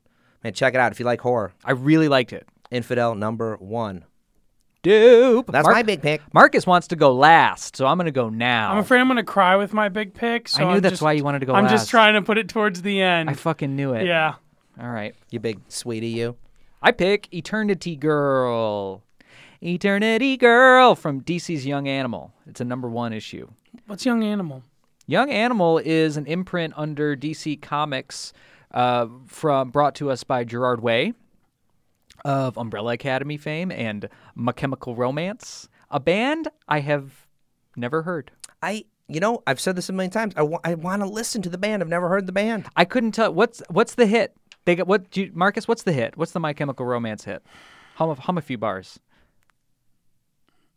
[SPEAKER 4] Man, check it out if you like horror.
[SPEAKER 2] I really liked it.
[SPEAKER 4] Infidel number one.
[SPEAKER 2] Dope.
[SPEAKER 4] That's
[SPEAKER 2] Mark-
[SPEAKER 4] my big pick.
[SPEAKER 2] Marcus wants to go last, so I'm gonna go now.
[SPEAKER 3] I'm afraid I'm going to cry with my big pick.
[SPEAKER 2] Oh.
[SPEAKER 3] So
[SPEAKER 2] I knew
[SPEAKER 3] am
[SPEAKER 2] that's
[SPEAKER 3] just,
[SPEAKER 2] why you wanted to go
[SPEAKER 3] I'm
[SPEAKER 2] last.
[SPEAKER 3] just trying to put it towards the end.
[SPEAKER 2] I fucking knew it.
[SPEAKER 3] yeah.
[SPEAKER 2] All right.
[SPEAKER 4] You big sweetie, you.
[SPEAKER 2] I pick Eternity Girl. Eternity Girl from DC's Young Animal. It's a number one issue.
[SPEAKER 3] What's Young Animal?
[SPEAKER 2] Young Animal is an imprint under DC Comics uh, from brought to us by Gerard Way of Umbrella Academy fame and My Chemical Romance, a band I have never heard.
[SPEAKER 4] I, you know, I've said this a million times. I, wa- I want to listen to the band. I've never heard the band.
[SPEAKER 2] I couldn't tell what's what's the hit. They got what? Do you, Marcus, what's the hit? What's the My Chemical Romance hit? Hum, a- hum a few bars.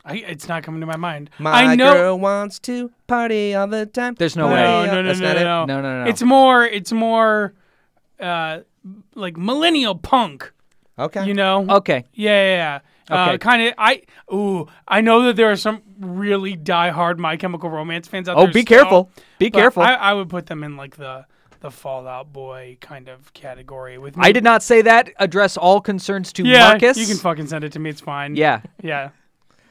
[SPEAKER 3] I, it's not coming to my mind.
[SPEAKER 4] My
[SPEAKER 3] I know.
[SPEAKER 4] girl wants to party all the time.
[SPEAKER 2] There's no
[SPEAKER 3] no,
[SPEAKER 2] way.
[SPEAKER 4] Party
[SPEAKER 3] no,
[SPEAKER 4] all-
[SPEAKER 3] no,
[SPEAKER 4] that's
[SPEAKER 3] no,
[SPEAKER 4] not it?
[SPEAKER 3] no,
[SPEAKER 2] No, no, no.
[SPEAKER 3] It's more. It's more, uh, like millennial punk.
[SPEAKER 4] Okay.
[SPEAKER 3] You know.
[SPEAKER 2] Okay.
[SPEAKER 3] Yeah, yeah, yeah. Uh,
[SPEAKER 2] Okay.
[SPEAKER 3] kind of, I ooh, I know that there are some really diehard My Chemical Romance fans out
[SPEAKER 2] Oh,
[SPEAKER 3] there.
[SPEAKER 2] be
[SPEAKER 3] still,
[SPEAKER 2] careful. Be
[SPEAKER 3] but
[SPEAKER 2] careful.
[SPEAKER 3] I, I would put them in like the the Fallout Boy kind of category. With
[SPEAKER 2] I did not say that. Address all concerns to
[SPEAKER 3] Yeah,
[SPEAKER 2] Marcus.
[SPEAKER 3] you can fucking send it to me. It's fine.
[SPEAKER 2] yeah.
[SPEAKER 3] yeah,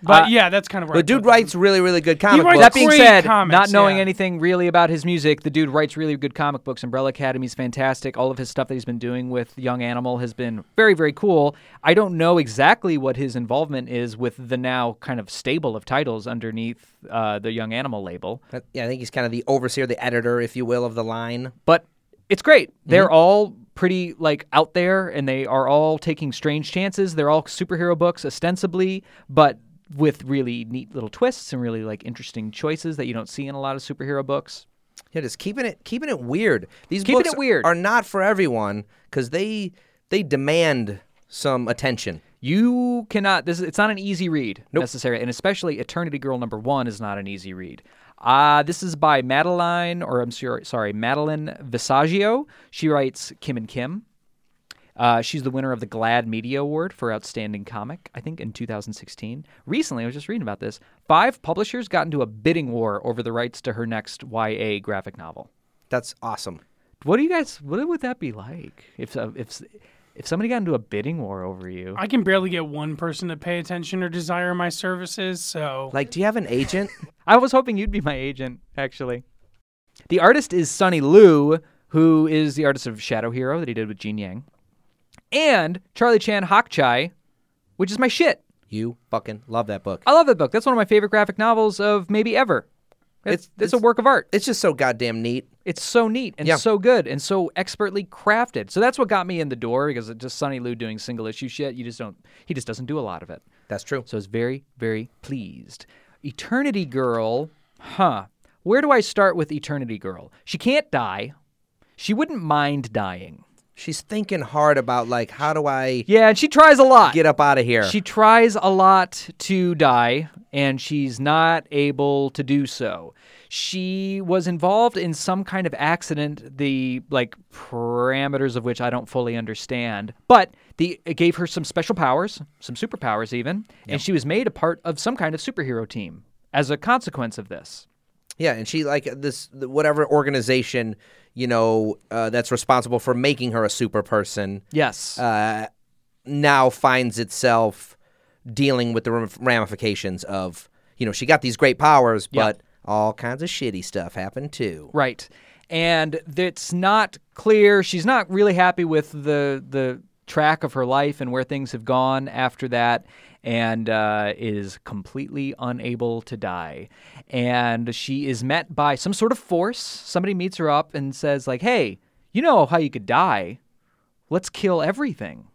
[SPEAKER 3] but
[SPEAKER 2] Uh,
[SPEAKER 3] yeah, that's kind of where I
[SPEAKER 4] The dude
[SPEAKER 3] put them.
[SPEAKER 4] writes really, really good comic
[SPEAKER 3] writes
[SPEAKER 4] books.
[SPEAKER 2] That being
[SPEAKER 3] Great
[SPEAKER 2] said,
[SPEAKER 3] comics,
[SPEAKER 2] not knowing
[SPEAKER 3] yeah.
[SPEAKER 2] anything really about his music, the dude writes really good comic books. Umbrella Academy's fantastic. All of his stuff that he's been doing with Young Animal has been very, very cool. I don't know exactly what his involvement is with the now kind of stable of titles underneath uh, the Young Animal label,
[SPEAKER 4] That- yeah, I think he's kind of the overseer, the editor, if you will, of the line.
[SPEAKER 2] but it's great. They're all pretty like out there, and they are all taking strange chances. They're all superhero books ostensibly, but with really neat little twists and really like interesting choices that you don't see in a lot of superhero books.
[SPEAKER 4] Yeah, just keeping it keeping it weird. These
[SPEAKER 2] Keeping
[SPEAKER 4] books
[SPEAKER 2] it weird.
[SPEAKER 4] are not for everyone because they they demand some attention.
[SPEAKER 2] You cannot. This is, it's not an easy read necessarily, and especially Eternity Girl number one is not an easy read. Uh, this is by Madeline, or I'm sorry, sorry, Madeline Visaggio. She writes Kim and Kim. Uh, she's the winner of the Glad Media Award for Outstanding Comic, I think, in 2016. Recently, I was just reading about this. Five publishers got into a bidding war over the rights to her next YA graphic novel.
[SPEAKER 4] That's awesome.
[SPEAKER 2] What do you guys? What would that be like if uh, if if somebody got into a bidding war over you?
[SPEAKER 3] I can barely get one person to pay attention or desire my services, so
[SPEAKER 4] Like, do you have an agent?
[SPEAKER 2] I was hoping you'd be my agent, actually. The artist is Sonny Liu, who is the artist of Shadow Hero that he did with Gene Yang, and Charlie Chan Hok Chai, which is my shit.
[SPEAKER 4] you fucking love that book.
[SPEAKER 2] I love that book. That's one of my favorite graphic novels of maybe ever. It's,
[SPEAKER 4] It's-
[SPEAKER 2] it's, a
[SPEAKER 4] it's-
[SPEAKER 2] work of art.
[SPEAKER 4] It's just so goddamn neat.
[SPEAKER 2] It's so neat and
[SPEAKER 4] Yeah.
[SPEAKER 2] so good and so expertly crafted. So that's what got me in the door because it just Sonny Liu doing single issue shit. You just don't. He just doesn't do a lot of it.
[SPEAKER 4] That's true.
[SPEAKER 2] So I was very, very pleased. Eternity Girl, huh? Where do I start with Eternity Girl? She can't die. She wouldn't mind dying.
[SPEAKER 4] She's thinking hard about like, how do I
[SPEAKER 2] Yeah, and she tries a lot.
[SPEAKER 4] get up out of here?
[SPEAKER 2] She tries a lot to die, and she's not able to do so. She was involved in some kind of accident, the like parameters of which I don't fully understand, but the it gave her some special powers, some superpowers even, and she was made a part of some kind of superhero team as a consequence of this.
[SPEAKER 4] yeah, and she like this the- whatever organization you know uh, that's responsible for making her a super person
[SPEAKER 2] Yes.
[SPEAKER 4] uh, now finds itself dealing with the ram- ramifications of you know she got these great powers,
[SPEAKER 2] Yeah.
[SPEAKER 4] but all kinds of shitty stuff happened too.
[SPEAKER 2] Right. And it's not clear. She's not really happy with the the track of her life and where things have gone after that, and uh, is completely unable to die. And she is met by some sort of force. Somebody meets her up and says, like, "Hey, you know how you could die? Let's kill everything.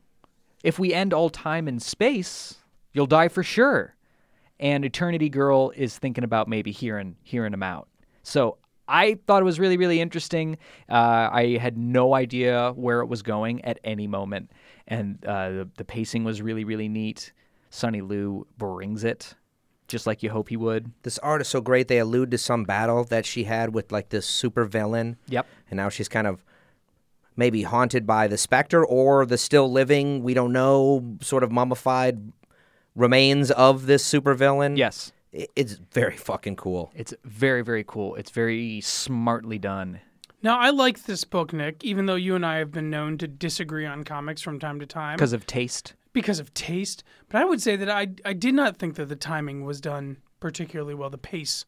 [SPEAKER 2] If we end all time and space, you'll die for sure." and Eternity Girl is thinking about maybe hearing hearing him out. So I thought it was really really interesting. Uh, I had no idea where it was going at any moment, and uh, the, the pacing was really really neat. Sonny Liu brings it, just like you hope he would.
[SPEAKER 4] This art is so great. They allude to some battle that she had with like this super villain.
[SPEAKER 2] Yep.
[SPEAKER 4] And now she's kind of maybe haunted by the specter or the still living, we don't know, sort of mummified remains of this super villain.
[SPEAKER 2] Yes,
[SPEAKER 4] I- It's very fucking cool.
[SPEAKER 2] it's very very cool. It's very smartly done.
[SPEAKER 3] Now, I like this book, Nick, even though you and I have been known to disagree on comics from time to time
[SPEAKER 2] Because of taste,
[SPEAKER 3] because of taste. But I would say that I, I did not think that the timing was done particularly well, the pace.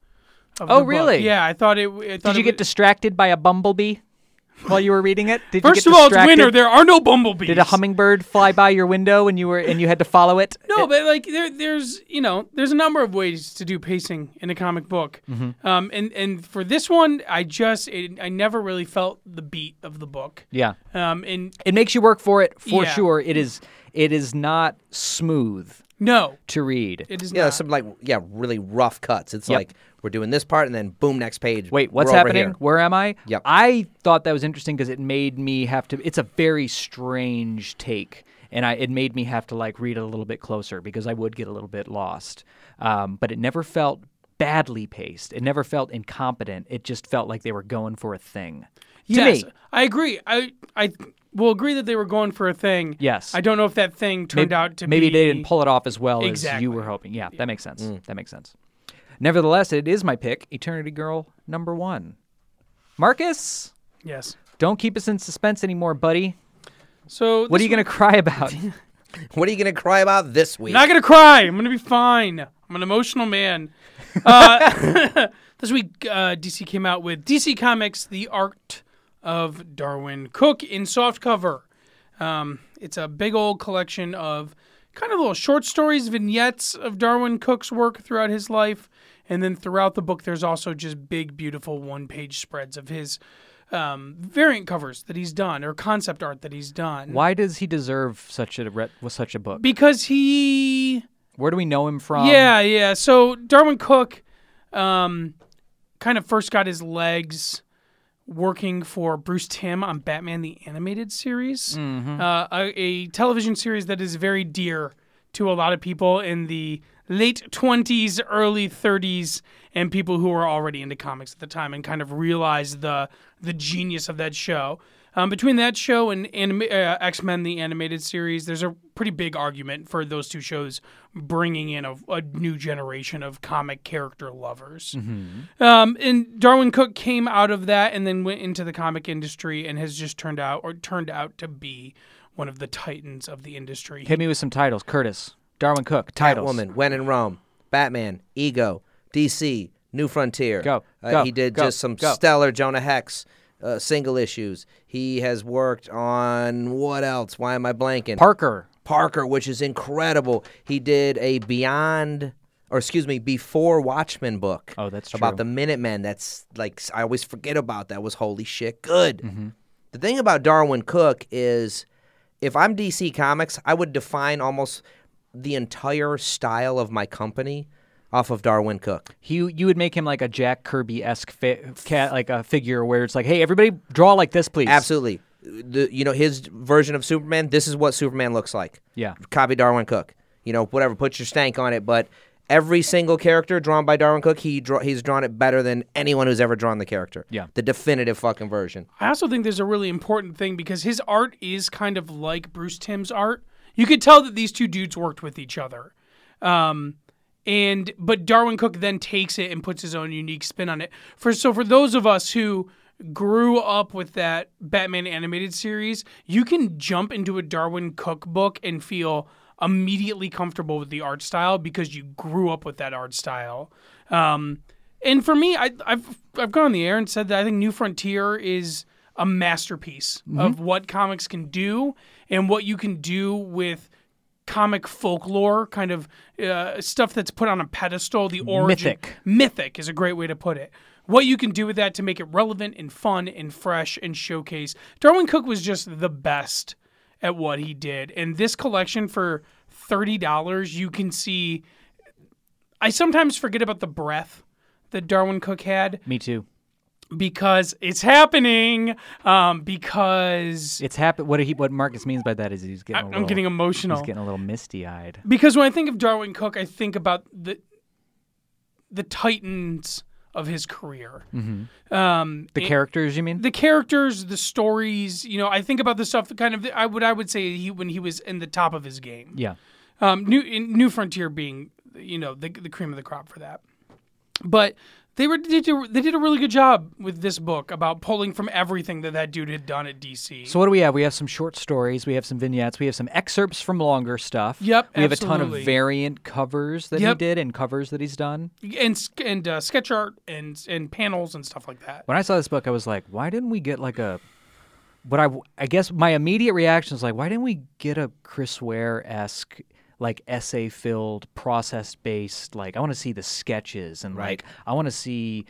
[SPEAKER 3] Of
[SPEAKER 2] Oh,
[SPEAKER 3] the book.
[SPEAKER 2] really?
[SPEAKER 3] Yeah, I thought it. I thought
[SPEAKER 2] did you
[SPEAKER 3] it
[SPEAKER 2] get
[SPEAKER 3] was-
[SPEAKER 2] distracted by a bumblebee while you were reading it? Did
[SPEAKER 3] First
[SPEAKER 2] you
[SPEAKER 3] of
[SPEAKER 2] get
[SPEAKER 3] all, it's
[SPEAKER 2] distracted?
[SPEAKER 3] winter. There are no bumblebees.
[SPEAKER 2] Did a hummingbird fly by your window and you were and you had to follow it?
[SPEAKER 3] No, but like there, there's you know there's a number of ways to do pacing in a comic book,
[SPEAKER 2] Mm-hmm.
[SPEAKER 3] um, and and for this one, I just it, I never really felt the beat of the book,
[SPEAKER 2] Yeah.
[SPEAKER 3] um, and
[SPEAKER 2] It makes you work for it for
[SPEAKER 3] Yeah.
[SPEAKER 2] sure. It is it is not smooth
[SPEAKER 3] no,
[SPEAKER 2] to read.
[SPEAKER 3] it is
[SPEAKER 4] Yeah,
[SPEAKER 3] not.
[SPEAKER 4] some like yeah, really rough cuts. It's
[SPEAKER 2] Yep.
[SPEAKER 4] like we're doing this part and then boom, next page.
[SPEAKER 2] Wait, what's
[SPEAKER 4] we're over
[SPEAKER 2] happening?
[SPEAKER 4] here.
[SPEAKER 2] Where am I?
[SPEAKER 4] Yep.
[SPEAKER 2] I thought that was interesting because it made me have to it's a very strange take and I it made me have to like read it a little bit closer because I would get a little bit lost. Um, but it never felt badly paced. It never felt incompetent. It just felt like they were going for a thing. To
[SPEAKER 3] yes,
[SPEAKER 2] me.
[SPEAKER 3] I agree. I I will agree that they were going for a thing.
[SPEAKER 2] Yes.
[SPEAKER 3] I don't know if that thing turned
[SPEAKER 2] maybe,
[SPEAKER 3] out to
[SPEAKER 2] maybe
[SPEAKER 3] be
[SPEAKER 2] they didn't pull it off as well as
[SPEAKER 3] Exactly.
[SPEAKER 2] you were hoping. Yeah, that makes sense. That makes sense. Nevertheless, it is my pick, Eternity Girl number one. Marcus,
[SPEAKER 3] Yes.
[SPEAKER 2] don't keep us in suspense anymore, buddy.
[SPEAKER 3] So
[SPEAKER 2] What are you going to cry about?
[SPEAKER 4] What are you going to cry about this week?
[SPEAKER 3] Not gonna cry. I'm gonna be fine. I'm an emotional man. Uh, this week, uh, DC came out with DC Comics: The Art of Darwin Cook in softcover. Um, it's a big old collection of kind of little short stories, vignettes of Darwin Cook's work throughout his life, and then throughout the book, there's also just big, beautiful one-page spreads of his um, variant covers that he's done or concept art that he's done.
[SPEAKER 2] Why does he deserve such a re- well, such a book?
[SPEAKER 3] Because he
[SPEAKER 2] Where do we know him from?
[SPEAKER 3] Yeah, yeah. So Darwin Cook um, kind of first got his legs working for Bruce Timm on Batman the Animated Series, uh, a, a television series that is very dear to a lot of people in the late 20s, early 30s, and people who were already into comics at the time and kind of realized the, the genius of that show. Um, between that show and anima- uh, X Men, the animated series, there's a pretty big argument for those two shows bringing in a, a new generation of comic character lovers. Um, and Darwin Cook came out of that and then went into the comic industry and has just turned out or turned out to be one of the titans of the industry.
[SPEAKER 2] Hit me with some titles. Curtis, Darwin Cook, titles.
[SPEAKER 4] Woman, When in Rome, Batman, Ego, DC, New Frontier.
[SPEAKER 2] Go,
[SPEAKER 4] Uh,
[SPEAKER 2] go,
[SPEAKER 4] he did
[SPEAKER 2] go,
[SPEAKER 4] just some
[SPEAKER 2] go.
[SPEAKER 4] stellar Jonah Hex uh, single issues. He has worked on what else? Why am I blanking?
[SPEAKER 2] Parker.
[SPEAKER 4] Parker, which is incredible. He did a Beyond, or excuse me, Before Watchmen book.
[SPEAKER 2] Oh, that's
[SPEAKER 4] about
[SPEAKER 2] true.
[SPEAKER 4] the Minutemen. That's like I always forget about. That was holy shit good.
[SPEAKER 2] Mm-hmm.
[SPEAKER 4] The thing about Darwin Cook is, if I'm DC Comics, I would define almost the entire style of my company off of Darwin Cook.
[SPEAKER 2] He, you would make him like a Jack Kirby esque fi- cat, like a figure where it's like, hey, everybody, draw like this, please.
[SPEAKER 4] Absolutely. The, you know his version of Superman. This is what Superman looks like.
[SPEAKER 2] Yeah.
[SPEAKER 4] Copy Darwin Cook. You know whatever. Put your stank on it. But every single character drawn by Darwin Cook, he draw, he's drawn it better than anyone who's ever drawn the character.
[SPEAKER 2] Yeah.
[SPEAKER 4] The definitive fucking version.
[SPEAKER 3] I also think there's a really important thing because his art is kind of like Bruce Timm's art. You could tell that these two dudes worked with each other. Um, and but Darwin Cook then takes it and puts his own unique spin on it. For so for those of us who grew up with that Batman animated series, you can jump into a Darwin Cook book and feel immediately comfortable with the art style because you grew up with that art style. Um, and for me, I, I've I've gone on the air and said that I think New Frontier is a masterpiece of what comics can do and what you can do with comic folklore, kind of uh, stuff that's put on a pedestal. The origin,
[SPEAKER 2] Mythic.
[SPEAKER 3] mythic is a great way to put it. What you can do with that to make it relevant and fun and fresh and showcase. Darwin Cook was just the best at what he did, and this collection for thirty dollars, you can see. I sometimes forget about the breath that Darwin Cook had
[SPEAKER 2] Me too.
[SPEAKER 3] because it's happening. Um, because
[SPEAKER 2] It's happen. What he, what Marcus means by that is he's getting. a
[SPEAKER 3] I'm
[SPEAKER 2] little,
[SPEAKER 3] getting emotional.
[SPEAKER 2] He's getting a little misty eyed.
[SPEAKER 3] Because when I think of Darwin Cook, I think about the the titans of his career.
[SPEAKER 2] Mm-hmm.
[SPEAKER 3] Um,
[SPEAKER 2] The characters, you mean?
[SPEAKER 3] the characters, the stories. You know, I think about the stuff that kind of I would I would say he when he was in the top of his game.
[SPEAKER 2] yeah.
[SPEAKER 3] Um, New in New Frontier being you know the the cream of the crop for that, but. They were they did, they did a really good job with this book about pulling from everything that that dude had done at DC.
[SPEAKER 2] So what do we have? We have some short stories. We have some vignettes. We have some excerpts from longer stuff.
[SPEAKER 3] Yep,
[SPEAKER 2] We have a ton of
[SPEAKER 3] absolutely.
[SPEAKER 2] variant covers that he
[SPEAKER 3] Yep.
[SPEAKER 2] did and covers that he's done.
[SPEAKER 3] and s- and uh, sketch art and and panels and stuff like that.
[SPEAKER 2] When I saw this book, I was like, why didn't we get like a? What I I guess my immediate reaction is like, why didn't we get a Chris Ware esque like essay filled process based like I want to see the sketches and like I want to see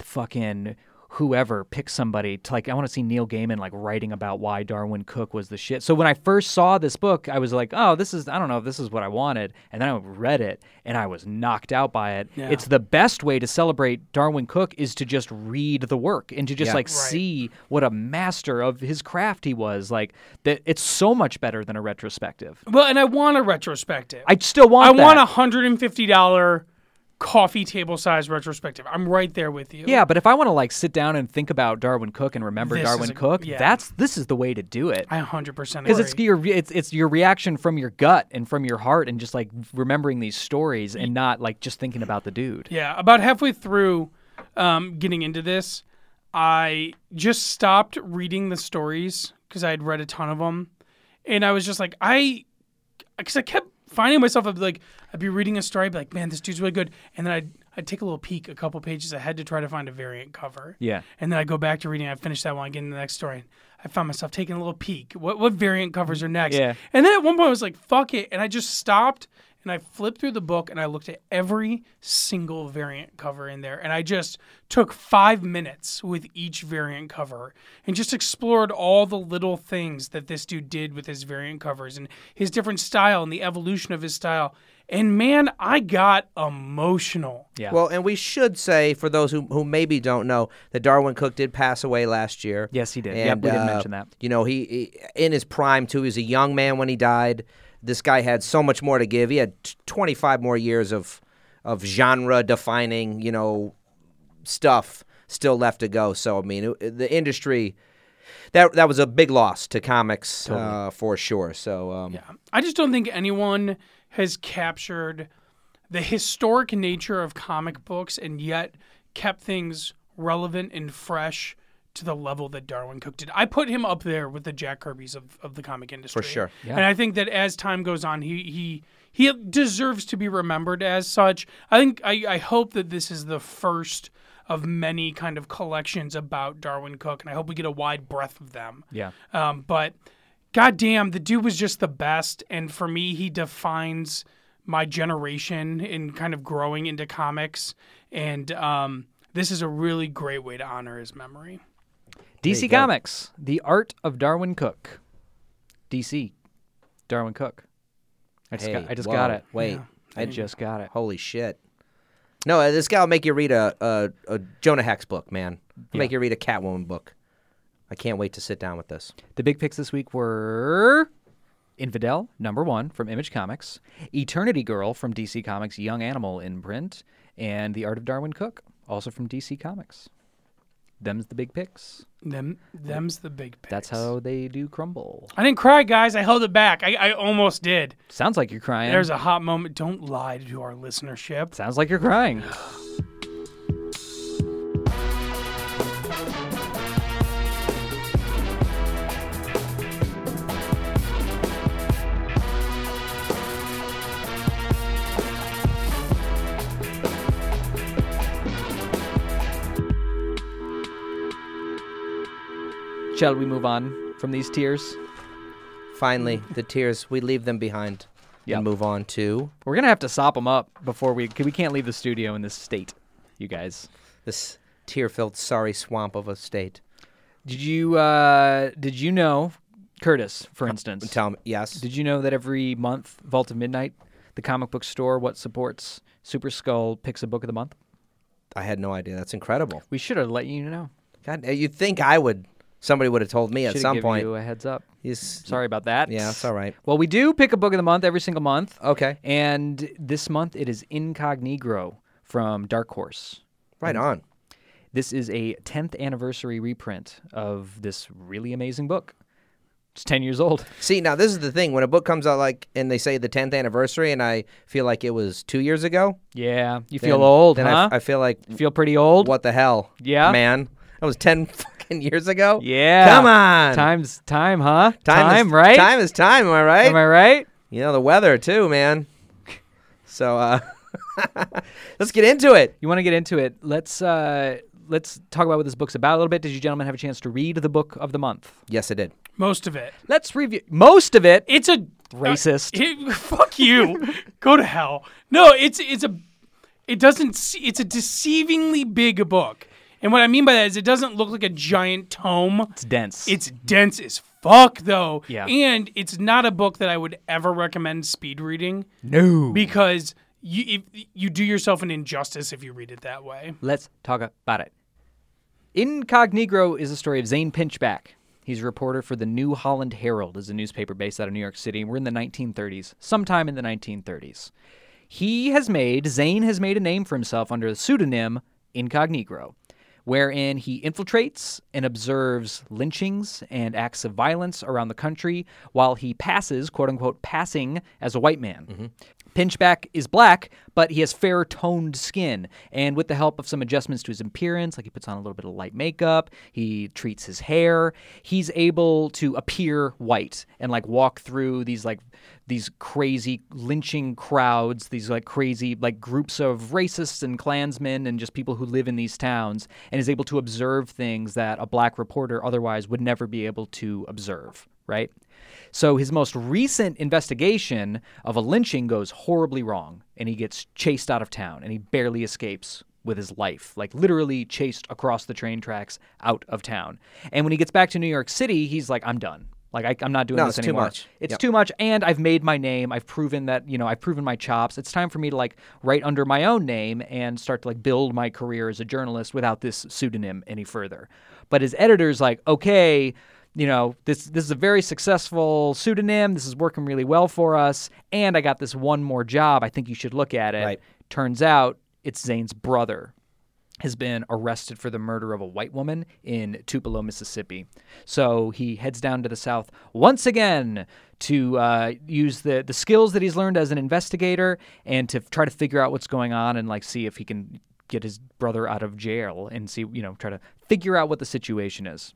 [SPEAKER 2] fucking whoever pick somebody to like I want to see Neil Gaiman like writing about why Darwin Cook was the shit. So when I first saw this book, I was like, "Oh, this is I don't know if this is what I wanted." And then I read it and I was knocked out by it. It's the best way to celebrate Darwin Cook is to just read the work and to just
[SPEAKER 4] Yeah.
[SPEAKER 2] like see what a master of his craft he was. Like that it's so much better than a retrospective.
[SPEAKER 3] Well, and I want a retrospective.
[SPEAKER 2] I still want
[SPEAKER 3] I
[SPEAKER 2] that.
[SPEAKER 3] want a hundred and fifty dollar coffee table size retrospective. I'm right there with you.
[SPEAKER 2] Yeah, but if I want to like sit down and think about Darwin Cook and remember
[SPEAKER 3] This is
[SPEAKER 2] Darwin
[SPEAKER 3] a-
[SPEAKER 2] Cook,
[SPEAKER 3] yeah.
[SPEAKER 2] that's this is the way to do it.
[SPEAKER 3] I 100 percent
[SPEAKER 2] Because
[SPEAKER 3] agree.
[SPEAKER 2] it's your it's it's your reaction from your gut and from your heart and just like remembering these stories and not like just thinking about the dude.
[SPEAKER 3] Yeah, about halfway through um, getting into this, I just stopped reading the stories because I had read a ton of them, and I was just like, I, because I kept finding myself I'd be like, I'd be reading a story, I'd be like, man, this dude's really good, and then I'd I'd take a little peek, a couple pages ahead to try to find a variant cover.
[SPEAKER 2] Yeah.
[SPEAKER 3] And then I go back to reading. I finish that one. I get into the next story. I found myself taking a little peek. What what variant covers are next?
[SPEAKER 2] Yeah.
[SPEAKER 3] And then at one point I was like, "Fuck it!" And I just stopped and I flipped through the book and I looked at every single variant cover in there. And I just took five minutes with each variant cover and just explored all the little things that this dude did with his variant covers and his different style and the evolution of his style. And man, I got emotional.
[SPEAKER 2] Yeah.
[SPEAKER 4] Well, and we should say for those who, who maybe don't know that Darwin Cook did pass away last year. uh,
[SPEAKER 2] Yes, he did. Yep, we didn't mention that.
[SPEAKER 4] You know, he, he in his prime too. He was a young man when he died. This guy had so much more to give. He had t- 25 more years of of genre defining, you know, stuff still left to go. So I mean, it, the industry that that was a big loss to comics uh, for sure. So um, yeah.
[SPEAKER 3] I just don't think anyone has captured the historic nature of comic books and yet kept things relevant and fresh to the level that Darwin Cook did. I put him up there with the Jack Kirby's of, of the comic industry.
[SPEAKER 4] sure.
[SPEAKER 3] And I think that as time goes on, he he he deserves to be remembered as such. I think I, I hope that this is the first of many kind of collections about Darwin Cook, and I hope we get a wide breadth of them.
[SPEAKER 2] yeah.
[SPEAKER 3] Um, but goddamn, the dude was just the best, and for me, he defines my generation in kind of growing into comics, and um, this is a really great way to honor his memory.
[SPEAKER 2] DC Comics, The Art of Darwin Cook. DC, Darwin Cook. I just, got, I just got it.
[SPEAKER 4] Wait,
[SPEAKER 2] I just got it.
[SPEAKER 4] Holy shit. No, uh, this guy will make you read a, a, a Jonah Hex book, man. He'll Make you read a Catwoman book. I can't wait to sit down with this.
[SPEAKER 2] The big picks this week were Infidel, number one from Image Comics, Eternity Girl from DC Comics, Young Animal imprint, and The Art of Darwin Cook, also from DC Comics. Them's the big picks.
[SPEAKER 3] Them, them's the big. Picks.
[SPEAKER 2] That's how they do crumble.
[SPEAKER 3] I didn't cry, guys. I held it back. I, I almost did.
[SPEAKER 2] Sounds like you're crying.
[SPEAKER 3] There's a hot moment. Don't lie to our listenership.
[SPEAKER 2] Sounds like you're crying. Shall we move on from these tears?
[SPEAKER 4] Finally, the tears, we leave them behind
[SPEAKER 2] Yep.
[SPEAKER 4] and move on to
[SPEAKER 2] We're gonna have to sop them up before we. 'cause We can't leave the studio in this state, you guys.
[SPEAKER 4] this tear filled, sorry swamp of a state.
[SPEAKER 2] Did you uh, did you know Curtis, for instance?
[SPEAKER 4] Tell me, yes.
[SPEAKER 2] Did you know that every month, Vault of Midnight, the comic book store, what supports Super Skull picks a book of the month?
[SPEAKER 4] I had no idea. That's incredible.
[SPEAKER 2] We should have let you know.
[SPEAKER 4] God, uh, you'd think I would, somebody would have told me
[SPEAKER 2] Should
[SPEAKER 4] at
[SPEAKER 2] have
[SPEAKER 4] some
[SPEAKER 2] given
[SPEAKER 4] point.
[SPEAKER 2] you a heads up.
[SPEAKER 4] Yes.
[SPEAKER 2] Sorry about that.
[SPEAKER 4] Yeah, it's all right.
[SPEAKER 2] Well, we do pick a book of the month every single month.
[SPEAKER 4] Okay.
[SPEAKER 2] And this month it is Incognigro from Dark Horse.
[SPEAKER 4] Right on.
[SPEAKER 2] This is a 10th anniversary reprint of this really amazing book. It's 10 years old.
[SPEAKER 4] See, now this is the thing. When a book comes out, like, and they say the 10th anniversary, and I feel like it was two years ago.
[SPEAKER 2] Yeah. You
[SPEAKER 4] then-
[SPEAKER 2] feel old,
[SPEAKER 4] then
[SPEAKER 2] huh?
[SPEAKER 4] I, I feel like
[SPEAKER 2] feel pretty old.
[SPEAKER 4] What the hell?
[SPEAKER 2] Yeah.
[SPEAKER 4] Man. That was 10 fucking years ago.
[SPEAKER 2] Yeah.
[SPEAKER 4] Come on.
[SPEAKER 2] Time's time, huh?
[SPEAKER 4] is-
[SPEAKER 2] right?
[SPEAKER 4] Time is time, am I right?
[SPEAKER 2] Am I right?
[SPEAKER 4] You know, the weather, too, man. So, uh, let's get into it.
[SPEAKER 2] You want to get into it? Let's uh let's talk about what this book's about a little bit. Did you gentlemen have a chance to read the book of the month?
[SPEAKER 4] Yes, it did.
[SPEAKER 3] Most of it.
[SPEAKER 2] Let's review most of it.
[SPEAKER 3] It's a
[SPEAKER 2] Racist.
[SPEAKER 3] It- fuck you. Go to hell. No, it's it's a it doesn't see, it's a deceivingly big book. And what I mean by that is it doesn't look like a giant tome.
[SPEAKER 2] It's dense.
[SPEAKER 3] It's dense as fuck though.
[SPEAKER 2] Yeah.
[SPEAKER 3] And it's not a book that I would ever recommend speed reading
[SPEAKER 2] no.
[SPEAKER 3] because you if, you do yourself an injustice if you read it that way.
[SPEAKER 2] Let's talk about it. Incognigro is a story of Zane Pinchback. He's a reporter for the New Holland Herald, is a newspaper based out of New York City. We're in the 1930s, sometime in the 1930s. He has made, Zane has made a name for himself under the pseudonym Incognito, wherein he infiltrates and observes lynchings and acts of violence around the country while he passes, quote unquote, passing as a white man. Pinchback is black, but he has fair toned skin. And with the help of some adjustments to his appearance, like he puts on a little bit of light makeup, he treats his hair, he's able to appear white and like walk through these like these crazy lynching crowds, these like crazy like groups of racists and Klansmen and just people who live in these towns, and is able to observe things that a black reporter otherwise would never be able to observe, right? So his most recent investigation of a lynching goes horribly wrong, and he gets chased out of town, and he barely escapes with his life, like literally chased across the train tracks out of town. And when he gets back to New York City, he's like, "I'm done. Like I, I'm not doing
[SPEAKER 4] No,
[SPEAKER 2] this
[SPEAKER 4] it's too
[SPEAKER 2] anymore.
[SPEAKER 4] much.
[SPEAKER 2] It's
[SPEAKER 4] Yep.
[SPEAKER 2] too much, and I've made my name. I've proven that you know I've proven my chops. It's time for me to like write under my own name and start to like build my career as a journalist without this pseudonym any further." But his editor's like, "Okay." you know, this this is a very successful pseudonym. This is working really well for us, and I got this one more job. I think you should look at it.
[SPEAKER 4] Right.
[SPEAKER 2] Turns out it's Zane's brother has been arrested for the murder of a white woman in Tupelo, Mississippi. So he heads down to the South once again to uh, use the, the skills that he's learned as an investigator and to try to figure out what's going on and like see if he can get his brother out of jail and see, you know, try to figure out what the situation is.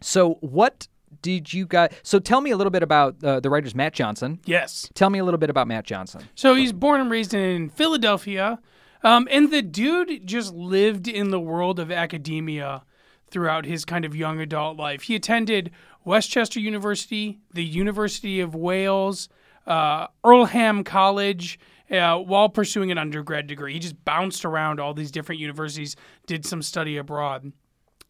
[SPEAKER 2] So what did you guys? So tell me a little bit about uh, the writer's Matt Johnson.
[SPEAKER 3] Yes.
[SPEAKER 2] Tell me a little bit about Matt Johnson.
[SPEAKER 3] So he's born and raised in Philadelphia. Um, and the dude just lived in the world of academia throughout his kind of young adult life. He attended Westchester University, the University of Wales, uh, Earlham College, uh, while pursuing an undergrad degree. He just bounced around all these different universities, did some study abroad.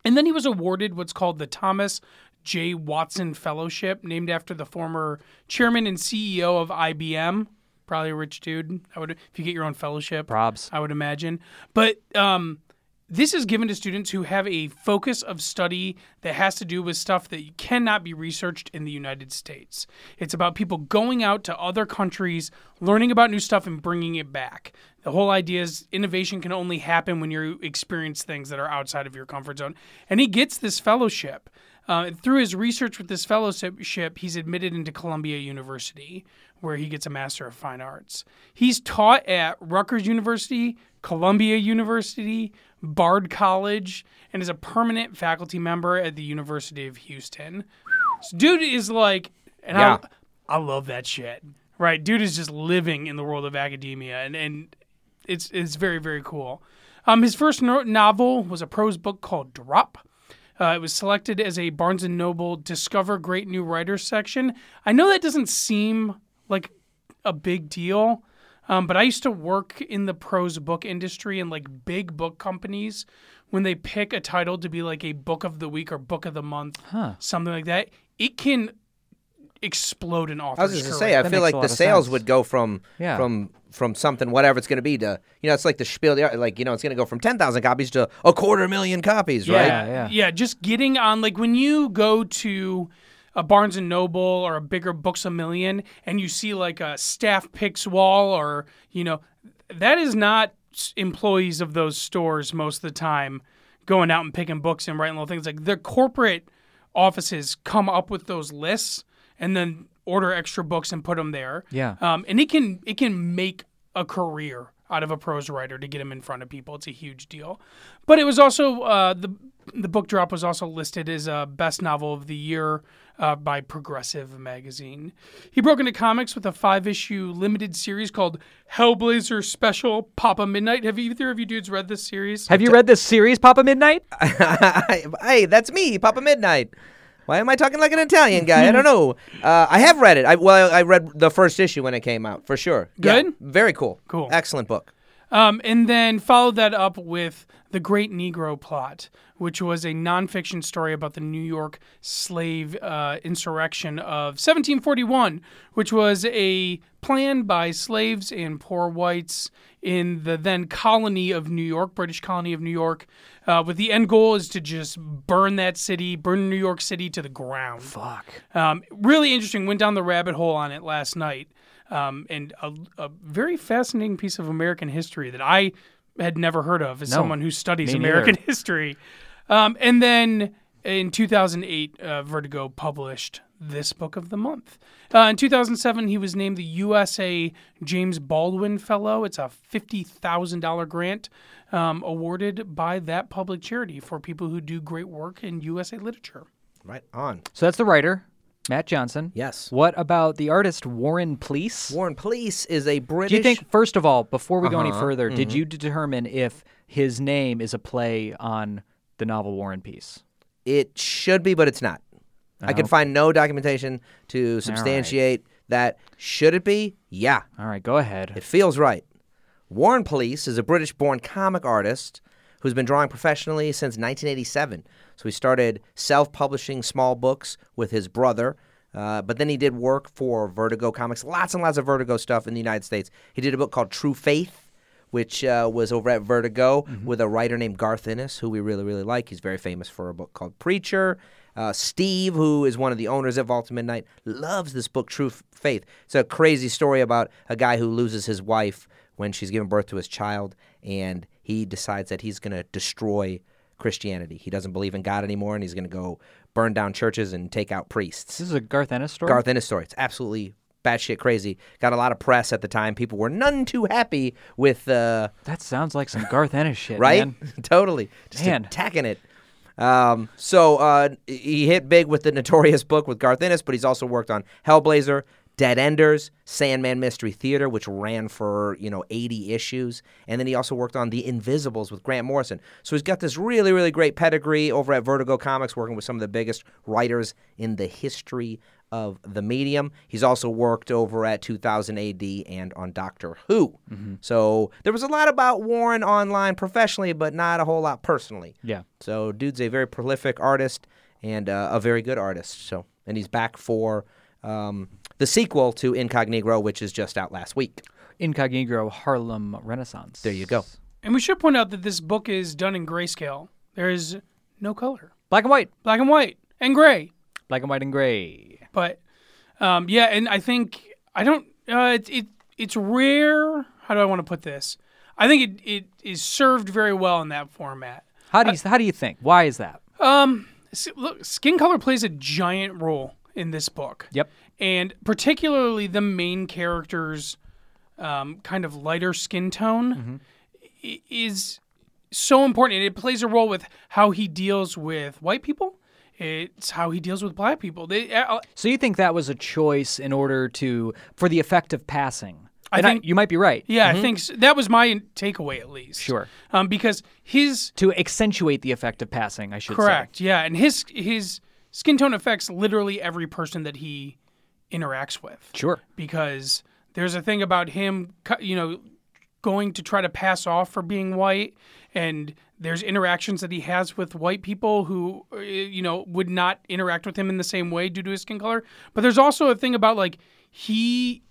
[SPEAKER 3] And then he was awarded what's called the Thomas J. Watson Fellowship, named after the former chairman and CEO of IBM. Probably a rich dude. I would, if you get your own fellowship,
[SPEAKER 2] Probs.
[SPEAKER 3] I would imagine. But um, this is given to students who have a focus of study that has to do with stuff that cannot be researched in the United States. It's about people going out to other countries, learning about new stuff, and bringing it back. The whole idea is innovation can only happen when you experience things that are outside of your comfort zone. And he gets this fellowship. Uh, and through his research with this fellowship, he's admitted into Columbia University, where he gets a Master of Fine Arts. He's taught at Rutgers University, Columbia University, Bard College, and is a permanent faculty member at the University of Houston. So dude is like, and
[SPEAKER 4] Yeah.
[SPEAKER 3] I, I love that shit. Right, dude is just living in the world of academia, and and it's it's very very cool. Um, his first no- novel was a prose book called Drop. Uh, it was selected as a Barnes and Noble Discover Great New Writers section. I know that doesn't seem like a big deal, um, but I used to work in the prose book industry and like big book companies. When they pick a title to be like a book of the week or book of the month, something like that, it can explode an author's
[SPEAKER 4] I was just gonna
[SPEAKER 3] career.
[SPEAKER 4] say, I
[SPEAKER 2] That
[SPEAKER 4] feel
[SPEAKER 2] makes
[SPEAKER 4] like
[SPEAKER 2] a lot
[SPEAKER 4] the
[SPEAKER 2] of
[SPEAKER 4] sales
[SPEAKER 2] sense.
[SPEAKER 4] would go from
[SPEAKER 2] Yeah.
[SPEAKER 4] from from something whatever it's gonna be to you know it's like the spiel like you know it's gonna go from ten thousand copies to a quarter million copies, right?
[SPEAKER 2] yeah.
[SPEAKER 3] Just getting on like when you go to a Barnes and Noble or a bigger Books a Million and you see like a staff picks wall or you know that is not s- employees of those stores most of the time going out and picking books and writing little things like their corporate offices come up with those lists and then order extra books and put them there.
[SPEAKER 2] Yeah.
[SPEAKER 3] Um, and it can it can make a career out of a prose writer to get him in front of people. It's a huge deal. But it was also uh, the the book drop was also listed as a best novel of the year uh, by Progressive magazine. He broke into comics with a five issue limited series called Hellblazer Special Papa Midnight. Have either of you dudes read this series?
[SPEAKER 2] Have you read this series, Papa Midnight?
[SPEAKER 4] hey, that's me, Papa Midnight. Why am I talking like an Italian guy? I don't know. Uh, I have read it. I, well, I read the first issue when it came out for sure. Yeah,
[SPEAKER 3] Good?
[SPEAKER 4] very cool.
[SPEAKER 3] Cool.
[SPEAKER 4] Excellent book.
[SPEAKER 3] Um, and then followed that up with The Great Negro Plot, which was a nonfiction story about the New York slave uh, insurrection of 1741, which was a plan by slaves and poor whites in the then colony of New York, British colony of New York, uh, with the end goal is to just burn that city, burn New York City to the ground.
[SPEAKER 2] Fuck.
[SPEAKER 3] Um, really interesting. Went down the rabbit hole on it last night. um, and a, a very fascinating piece of American history that I had never heard of as
[SPEAKER 2] No,
[SPEAKER 3] someone who studies
[SPEAKER 2] me neither.
[SPEAKER 3] American history. Um, and then in 2008, uh, Vertigo published this book of the month. Uh, in 2007, he was named the USA James Baldwin Fellow. It's a $50,000 grant um, awarded by that public charity for people who do great work in USA literature.
[SPEAKER 4] Right on.
[SPEAKER 2] So that's the writer, Matt Johnson.
[SPEAKER 4] Yes.
[SPEAKER 2] What about the artist Warren Police?
[SPEAKER 4] Warren Uh-huh. Police is a British.
[SPEAKER 2] Do you think, first of all, before we go any further,
[SPEAKER 4] Mm-hmm.
[SPEAKER 2] did you determine if his name is a play on the novel War and Peace?
[SPEAKER 4] it should be, but it's not? I can find no documentation to substantiate that. Should it be? Yeah,
[SPEAKER 2] All right, go ahead.
[SPEAKER 4] It feels right. Warren Police is a British born comic artist who's been drawing professionally since 1987. So he started self publishing small books with his brother, uh, but then he did work for Vertigo Comics, lots and lots of Vertigo stuff in the United States. He did a book called True Faith. Which uh, was over at Vertigo with a writer named Garth Ennis, who we really, really like. He's very famous for a book called Preacher. Uh, Steve, who is one of the owners of Vault of Midnight, loves this book, True F- Faith. It's a crazy story about a guy who loses his wife when she's giving birth to his child, and he decides that he's going to destroy Christianity. He doesn't believe in God anymore, and he's going to go burn down churches and take out priests.
[SPEAKER 2] This is a Garth Ennis story?
[SPEAKER 4] Garth Ennis story. It's absolutely batshit crazy. Got a lot of press at the time. People were none too happy with. Uh,
[SPEAKER 2] That sounds like some Garth Ennis shit,
[SPEAKER 4] right?
[SPEAKER 2] man.
[SPEAKER 4] totally. Just
[SPEAKER 2] Man.
[SPEAKER 4] attacking it. Um, so uh, he hit big with the notorious book with Garth Ennis, but he's also worked on Hellblazer, Dead Enders, Sandman Mystery Theater, which ran for you know 80 issues, and then he also worked on The Invisibles with Grant Morrison. So he's got this really really great pedigree over at Vertigo Comics, working with some of the biggest writers in the history of the medium. He's also worked over at 2000 AD and on Doctor Who. So there was a lot about Warren online professionally, but not a whole lot personally.
[SPEAKER 2] Yeah.
[SPEAKER 4] So dude's a very prolific artist and uh, a very good artist. So and he's back for um, the sequel to Incognito, which is just out last week.
[SPEAKER 2] Incognito Harlem Renaissance.
[SPEAKER 4] There you go.
[SPEAKER 3] And we should point out that this book is done in grayscale. There is no color,
[SPEAKER 2] Black and white.
[SPEAKER 3] black and white and gray.
[SPEAKER 2] Black and white and gray.
[SPEAKER 3] But um, yeah, and I think I don't. Uh, it, it it's rare. How do I want to put this? I think it, it is served very well in that format.
[SPEAKER 2] How do you how do you think? Why is that?
[SPEAKER 3] S- Look, skin color plays a giant role in this book.
[SPEAKER 2] Yep.
[SPEAKER 3] and particularly the main character's um, kind of lighter skin tone i- is so important, and it plays a role with how he deals with white people. It's how he deals with black people. They, uh,
[SPEAKER 2] So you think that was a choice in order to for the effect of passing?
[SPEAKER 3] I
[SPEAKER 2] And
[SPEAKER 3] think-
[SPEAKER 2] you might be right.
[SPEAKER 3] yeah, I think so. that was my takeaway at least.
[SPEAKER 2] Sure.
[SPEAKER 3] um, because his
[SPEAKER 2] To accentuate the effect of passing, I should
[SPEAKER 3] Correct. Yeah, and his his skin tone affects literally every person that he interacts with
[SPEAKER 2] say. Sure.
[SPEAKER 3] because there's a thing about him, cu- you know, going to try to pass off for being white, and there's interactions that he has with white people who, uh, you know, would not interact with him in the same way due to his skin color. But there's also a thing about like he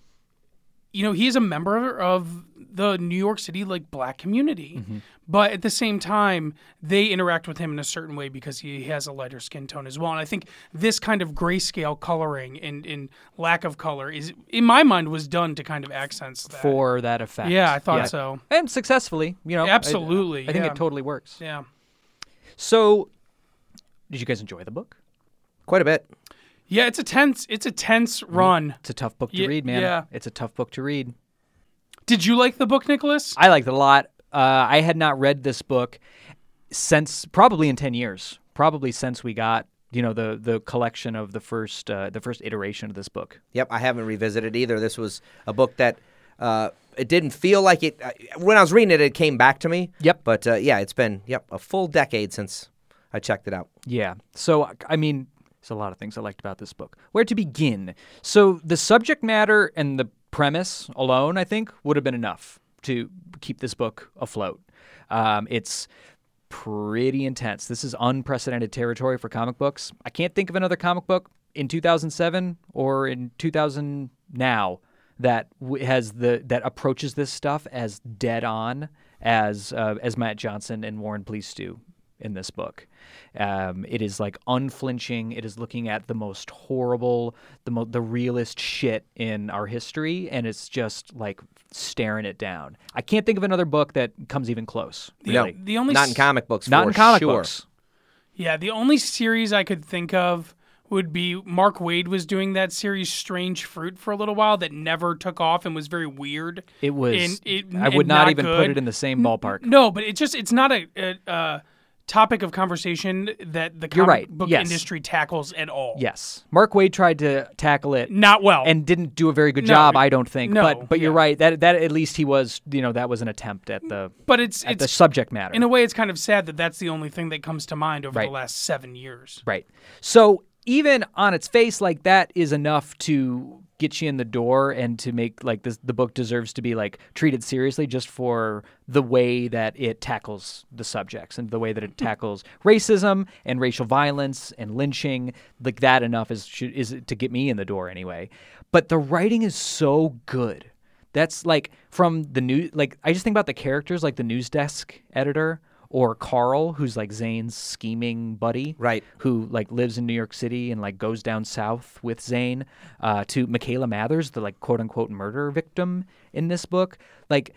[SPEAKER 3] you know, he is a member of the New York City like black community, but at the same time, they interact with him in a certain way because he has a lighter skin tone as well. And I think this kind of grayscale coloring and, and lack of color is, in my mind, was done to kind of accents that.
[SPEAKER 2] For that effect.
[SPEAKER 3] yeah, I thought so.
[SPEAKER 2] and successfully. You know, I-
[SPEAKER 3] Absolutely,
[SPEAKER 2] I, think
[SPEAKER 3] yeah.
[SPEAKER 2] it totally works.
[SPEAKER 3] Yeah,
[SPEAKER 2] So, did you guys enjoy the book?
[SPEAKER 4] Quite a bit.
[SPEAKER 3] yeah, it's a tense, it's a tense
[SPEAKER 2] Mm-hmm.
[SPEAKER 3] run.
[SPEAKER 2] It's a tough book to
[SPEAKER 3] Ye-
[SPEAKER 2] read, man.
[SPEAKER 3] yeah.
[SPEAKER 2] it's a tough book to read.
[SPEAKER 3] Did you like the book, Nicholas?
[SPEAKER 2] I liked it a lot. Uh, I had not read this book since probably in ten years, probably since we got you know the the collection of the first uh, the first iteration of this book.
[SPEAKER 4] Yep, I haven't revisited either. This was a book that uh, it didn't feel like it. I- When I was reading it, it came back to me.
[SPEAKER 2] Yep.
[SPEAKER 4] But uh, yeah, it's been yep a full decade since I checked it out.
[SPEAKER 2] Yeah. So, I mean, there's a lot of things I liked about this book. Where to begin? So, the subject matter and the premise alone, I think, would have been enough to keep this book afloat. Um, it's pretty intense. This is unprecedented territory for comic books. I can't think of another comic book in 2007 or in 2000 now that w- has the that approaches this stuff as dead on as uh, as Matt Johnson and Warren Police do in this book. Um, it is like unflinching. It is looking at the most horrible, the mo- the realest shit in our history, and it's just like staring it down. I can't think of another book that comes even close.
[SPEAKER 4] no,
[SPEAKER 2] Really,
[SPEAKER 3] the only
[SPEAKER 4] not in
[SPEAKER 3] s-
[SPEAKER 4] comic books.
[SPEAKER 2] not
[SPEAKER 4] for
[SPEAKER 2] in comic
[SPEAKER 4] sure.
[SPEAKER 2] books.
[SPEAKER 3] Yeah, the only series I could think of would be Mark Wade was doing that series Strange Fruit for a little while that never took off and was very weird.
[SPEAKER 2] It was.
[SPEAKER 3] And it-
[SPEAKER 2] I would
[SPEAKER 3] and
[SPEAKER 2] not, even put
[SPEAKER 3] good.
[SPEAKER 2] it in the same ballpark.
[SPEAKER 3] No, but it's just it's not a, a, a topic of conversation that the
[SPEAKER 2] You're
[SPEAKER 3] comic
[SPEAKER 2] right,
[SPEAKER 3] book
[SPEAKER 2] yes.
[SPEAKER 3] industry tackles at all.
[SPEAKER 2] Yes, Mark Wade tried to tackle it.
[SPEAKER 3] Not well.
[SPEAKER 2] and didn't do a very good job, I don't think.
[SPEAKER 3] no,
[SPEAKER 2] but but you're
[SPEAKER 3] yeah.
[SPEAKER 2] right. That that at least he was, you know, that was an attempt at the
[SPEAKER 3] but it's
[SPEAKER 2] at
[SPEAKER 3] it's
[SPEAKER 2] the subject matter.
[SPEAKER 3] in a way it's kind of sad that that's the only thing that comes to mind over
[SPEAKER 2] Right.
[SPEAKER 3] the last 7 years.
[SPEAKER 2] right. So even on its face, like that is enough to get you in the door and to make like this the book deserves to be like treated seriously just for the way that it tackles the subjects and the way that it tackles racism and racial violence and lynching like that enough is should, is to get me in the door anyway but the writing is so good That's like from the new like I just think about the characters like the news desk editor or Carl who's like Zane's scheming buddy.
[SPEAKER 4] Right.
[SPEAKER 2] Who like lives in New York City and like goes down south with Zane uh, to Michaela Mathers, the like quote unquote murder victim in this book. Like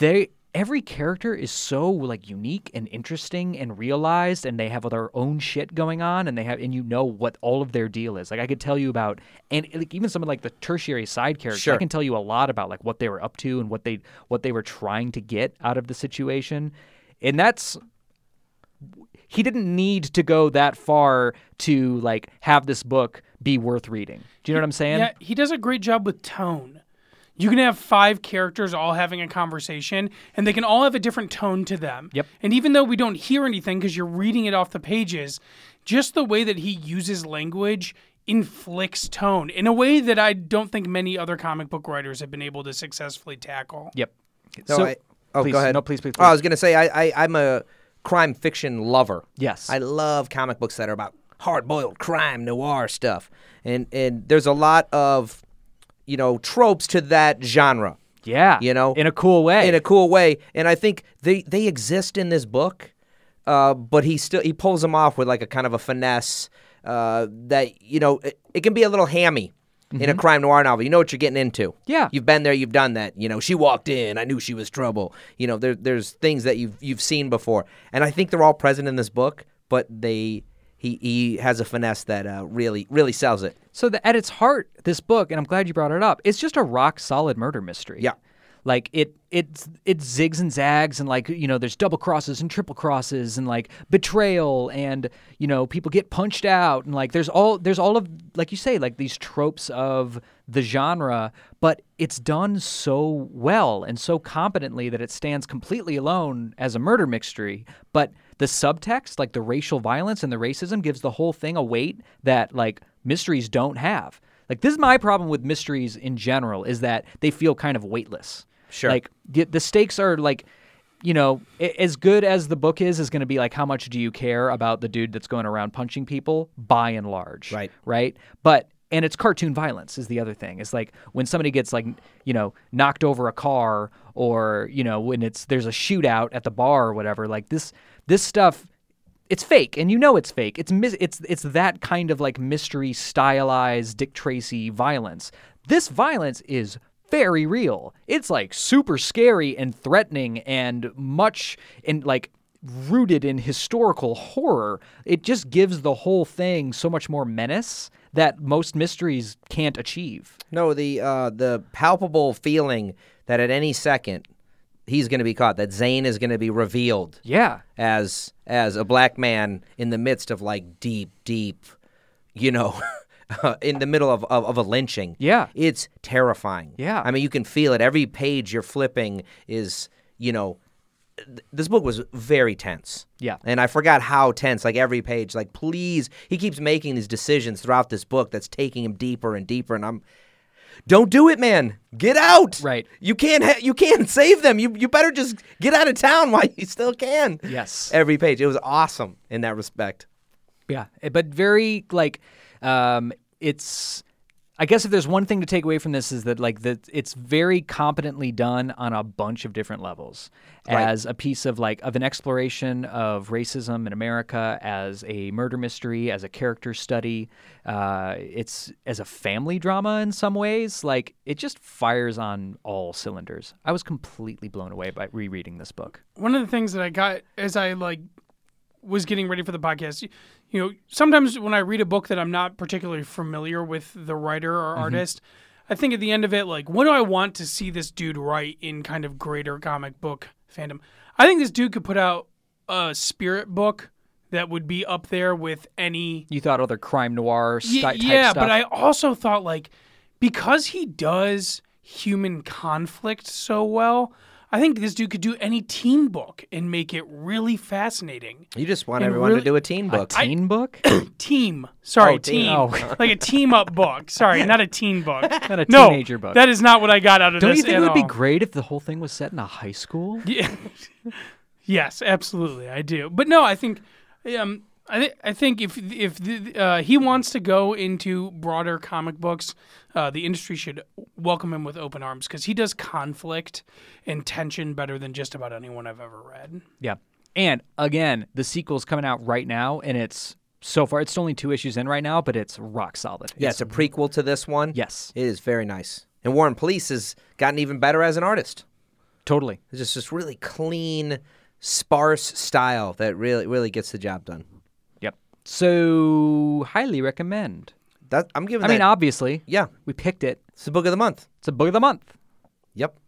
[SPEAKER 2] they every character is so like unique and interesting and realized and they have their own shit going on and they have and you know what all of their deal is like i could tell you about and like even some of like the tertiary side characters
[SPEAKER 4] Sure.
[SPEAKER 2] i can tell you a lot about like what they were up to and what they what they were trying to get out of the situation and that's he didn't need to go that far to like have this book be worth reading do you know what i'm saying
[SPEAKER 3] yeah, he does a great job with tone. You can have five characters all having a conversation, and they can all have a different tone to them.
[SPEAKER 2] Yep.
[SPEAKER 3] And even though we don't hear anything because you're reading it off the pages, just the way that he uses language inflicts tone in a way that I don't think many other comic book writers have been able to successfully tackle.
[SPEAKER 2] yep
[SPEAKER 4] No,
[SPEAKER 2] so
[SPEAKER 4] I, oh,
[SPEAKER 2] please,
[SPEAKER 4] go ahead.
[SPEAKER 2] no please please, please.
[SPEAKER 4] Oh, I was gonna say I, I I'm a crime fiction lover.
[SPEAKER 2] Yes.
[SPEAKER 4] I love comic books that are about hard boiled crime noir stuff, and and there's a lot of you know tropes to that genre.
[SPEAKER 2] yeah
[SPEAKER 4] you know,
[SPEAKER 2] in a cool way
[SPEAKER 4] in a cool way, and I think they they exist in this book, uh, but he still he pulls them off with like a kind of a finesse uh, that you know it, it can be a little hammy. In a crime noir novel, you know what you're getting into.
[SPEAKER 2] Mm-hmm. Yeah.
[SPEAKER 4] you've been there, you've done that. You know, she walked in, I knew she was trouble. You know, there, there's things that you've you've seen before, and I think they're all present in this book. But they, he, he has a finesse that uh, really really sells it.
[SPEAKER 2] So the, at its heart, this book, and I'm glad you brought it up, it's just a rock solid murder mystery.
[SPEAKER 4] Yeah.
[SPEAKER 2] Like it, it, it zigs and zags, and like you know, there's double crosses and triple crosses, and like betrayal, and you know, people get punched out, and like there's all there's all of like you say, like these tropes of the genre, but it's done so well and so competently that it stands completely alone as a murder mystery. But the subtext, like the racial violence and the racism, gives the whole thing a weight that like mysteries don't have. Like this is my problem with mysteries in general is that they feel kind of weightless.
[SPEAKER 4] Sure.
[SPEAKER 2] Like the, the stakes are like, you know, a- as good as the book is is going to be like how much do you care about the dude that's going around punching people by and large.
[SPEAKER 4] Right.
[SPEAKER 2] Right? But and it's cartoon violence is the other thing. It's like when somebody gets like, you know, knocked over a car or, you know, when it's there's a shootout at the bar or whatever, like this this stuff it's fake and you know it's fake it's mis- it's it's that kind of like mystery stylized dick tracy violence this violence is very real it's like super scary and threatening and much and like rooted in historical horror it just gives the whole thing so much more menace that most mysteries can't achieve
[SPEAKER 4] No, the uh, the palpable feeling that at any second he's going to be caught, that Zane is going to be revealed
[SPEAKER 2] yeah
[SPEAKER 4] as as a black man in the midst of like deep, deep, you know, in the middle of, of, of a lynching.
[SPEAKER 2] Yeah.
[SPEAKER 4] it's terrifying.
[SPEAKER 2] Yeah.
[SPEAKER 4] I mean, you can feel it. Every page you're flipping is, you know. th- This book was very tense.
[SPEAKER 2] Yeah.
[SPEAKER 4] And I forgot how tense, like every page. Like, please, he keeps making these decisions throughout this book that's taking him deeper and deeper. And I'm, don't do it, man. Get out.
[SPEAKER 2] Right.
[SPEAKER 4] You can't. Ha- you can't save them. You you better just get out of town while you still can.
[SPEAKER 2] Yes.
[SPEAKER 4] Every page. It was awesome in that respect.
[SPEAKER 2] Yeah, eh, but very like um it's I guess if there's one thing to take away from this is that like that it's very competently done on a bunch of different levels as a piece of like of an exploration of racism in America as a murder mystery as a character study uh, it's as a family drama in some ways like it just fires on all cylinders I was completely blown away by rereading this book
[SPEAKER 3] one of the things that I got as I like was getting ready for the podcast, you- you know, sometimes when I read a book that I'm not particularly familiar with the writer or artist, I think at the end of it, like, what do I want to see this dude write in kind of greater comic book fandom? I think this dude could put out a spirit book that would be up there with any
[SPEAKER 2] you thought other crime noir sti-
[SPEAKER 3] Ye-
[SPEAKER 2] type
[SPEAKER 3] yeah,
[SPEAKER 2] stuff
[SPEAKER 3] but I also thought like because he does human conflict so well, I think this dude could do any teen book and make it really fascinating.
[SPEAKER 4] You just want
[SPEAKER 3] And
[SPEAKER 4] everyone
[SPEAKER 3] really-
[SPEAKER 4] to do a teen book.
[SPEAKER 2] a teen book
[SPEAKER 3] Team, sorry,
[SPEAKER 4] Oh,
[SPEAKER 3] team,
[SPEAKER 4] teen.
[SPEAKER 2] Oh.
[SPEAKER 3] like a team up book. Sorry, not a teen book, not
[SPEAKER 2] a
[SPEAKER 3] no,
[SPEAKER 2] teenager book.
[SPEAKER 3] That is not what I got out of
[SPEAKER 2] don't
[SPEAKER 3] this.
[SPEAKER 2] you think
[SPEAKER 3] at
[SPEAKER 2] it would be
[SPEAKER 3] all.
[SPEAKER 2] great if the whole thing was set in a high school
[SPEAKER 3] Yeah. yes, absolutely, I do. But no, I think, um, I think I think if if the, uh, he wants to go into broader comic books, uh, the industry should welcome him with open arms because he does conflict and tension better than just about anyone I've ever read.
[SPEAKER 2] Yeah. And again, the sequel's coming out right now, and it's so far, it's only two issues in right now, but it's rock solid.
[SPEAKER 4] yeah, it's a prequel to this one.
[SPEAKER 2] Yes.
[SPEAKER 4] It is very nice. And Warren Police has gotten even better as an artist.
[SPEAKER 2] Totally.
[SPEAKER 4] It's just this really clean, sparse style that really really gets the job done.
[SPEAKER 2] Yep. So, highly recommend.
[SPEAKER 4] That I'm giving
[SPEAKER 2] I mean,
[SPEAKER 4] that-
[SPEAKER 2] obviously,
[SPEAKER 4] yeah,
[SPEAKER 2] we picked it.
[SPEAKER 4] it's the book of the month.
[SPEAKER 2] It's a book of the month.
[SPEAKER 4] Yep.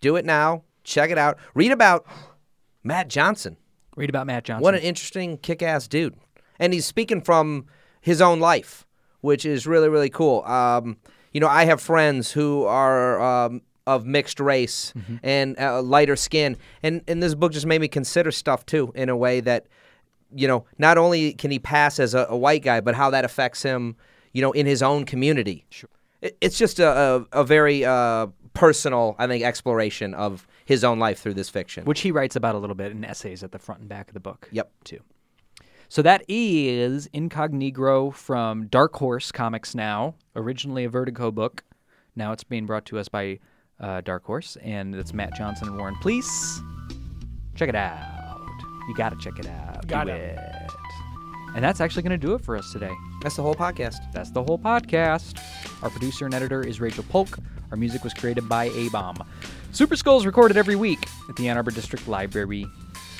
[SPEAKER 4] Do it now. Check it out. Read about Matt Johnson.
[SPEAKER 2] Read about Matt Johnson.
[SPEAKER 4] What an interesting kick ass dude. And he's speaking from his own life, which is really, really cool. Um, you know, I have friends who are um, of mixed race and uh, lighter skin. And, and this book just made me consider stuff too in a way that, you know, not only can he pass as a, a white guy, but how that affects him, you know, in his own community. Sure. It's just a, a, a very uh, personal, I think, exploration of his own life through this fiction.
[SPEAKER 2] which he writes about a little bit in essays at the front and back of the book.
[SPEAKER 4] Yep.
[SPEAKER 2] Too. So that is Incognigro from Dark Horse Comics now, originally a Vertigo book. Now it's being brought to us by uh, Dark Horse, and it's Matt Johnson and Warren Police. Check it out. You gotta check it out.
[SPEAKER 3] Gotta.
[SPEAKER 2] Do it. And that's actually gonna do it for us today.
[SPEAKER 4] That's the whole podcast.
[SPEAKER 2] That's the whole podcast. Our producer and editor is Rachel Polk. Our music was created by A Bomb. Super Skull is recorded every week at the Ann Arbor District Library.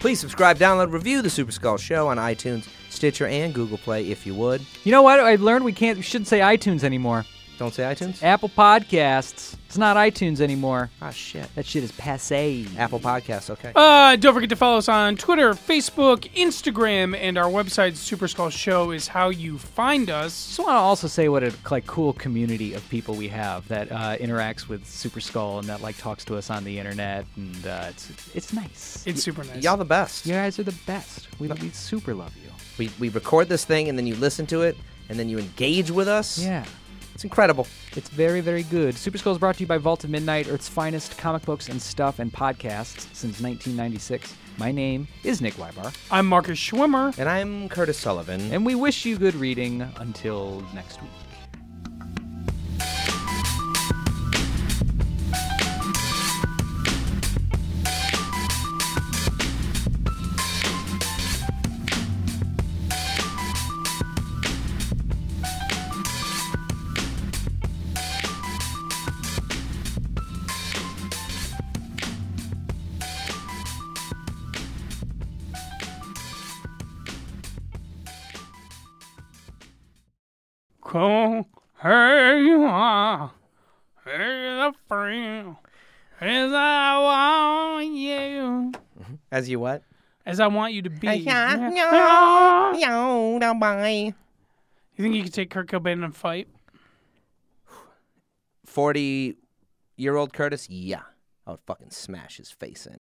[SPEAKER 4] Please subscribe, download, review the Super Skull Show on iTunes, Stitcher, and Google Play if you would.
[SPEAKER 2] You know what? I learned we can't, we shouldn't say iTunes anymore.
[SPEAKER 4] Don't say iTunes.
[SPEAKER 2] Apple Podcasts. It's not iTunes anymore.
[SPEAKER 4] Ah, shit.
[SPEAKER 2] That shit is passe.
[SPEAKER 4] Apple Podcasts. Okay.
[SPEAKER 3] Uh, don't forget to follow us on Twitter, Facebook, Instagram, and our website, Super Skull Show, is how you find us.
[SPEAKER 2] Just want to also say what a like cool community of people we have that uh, interacts with Super Skull and that like talks to us on the internet and uh, it's it's nice.
[SPEAKER 3] It's super nice.
[SPEAKER 4] Y'all the best.
[SPEAKER 2] you guys are the best. We, we super love you.
[SPEAKER 4] We we record this thing and then you listen to it and then you engage with us.
[SPEAKER 2] Yeah.
[SPEAKER 4] It's incredible.
[SPEAKER 2] It's very, very good. Super Skull is brought to you by Vault of Midnight, Earth's finest comic books and stuff and podcasts since 1996. My name is Nick Weibar,
[SPEAKER 3] I'm Marcus Schwimmer.
[SPEAKER 4] And I'm Curtis Sullivan.
[SPEAKER 2] and we wish you good reading until next week.
[SPEAKER 3] Cool. Here you are. Here's a friend. As I want you.
[SPEAKER 4] As you what?
[SPEAKER 3] As I want you to be.
[SPEAKER 4] Yeah.
[SPEAKER 3] You
[SPEAKER 4] Yo, now bye.
[SPEAKER 3] think you could take Kurt Cobain in a fight?
[SPEAKER 4] Forty year old Curtis. Yeah. I would fucking smash his face in.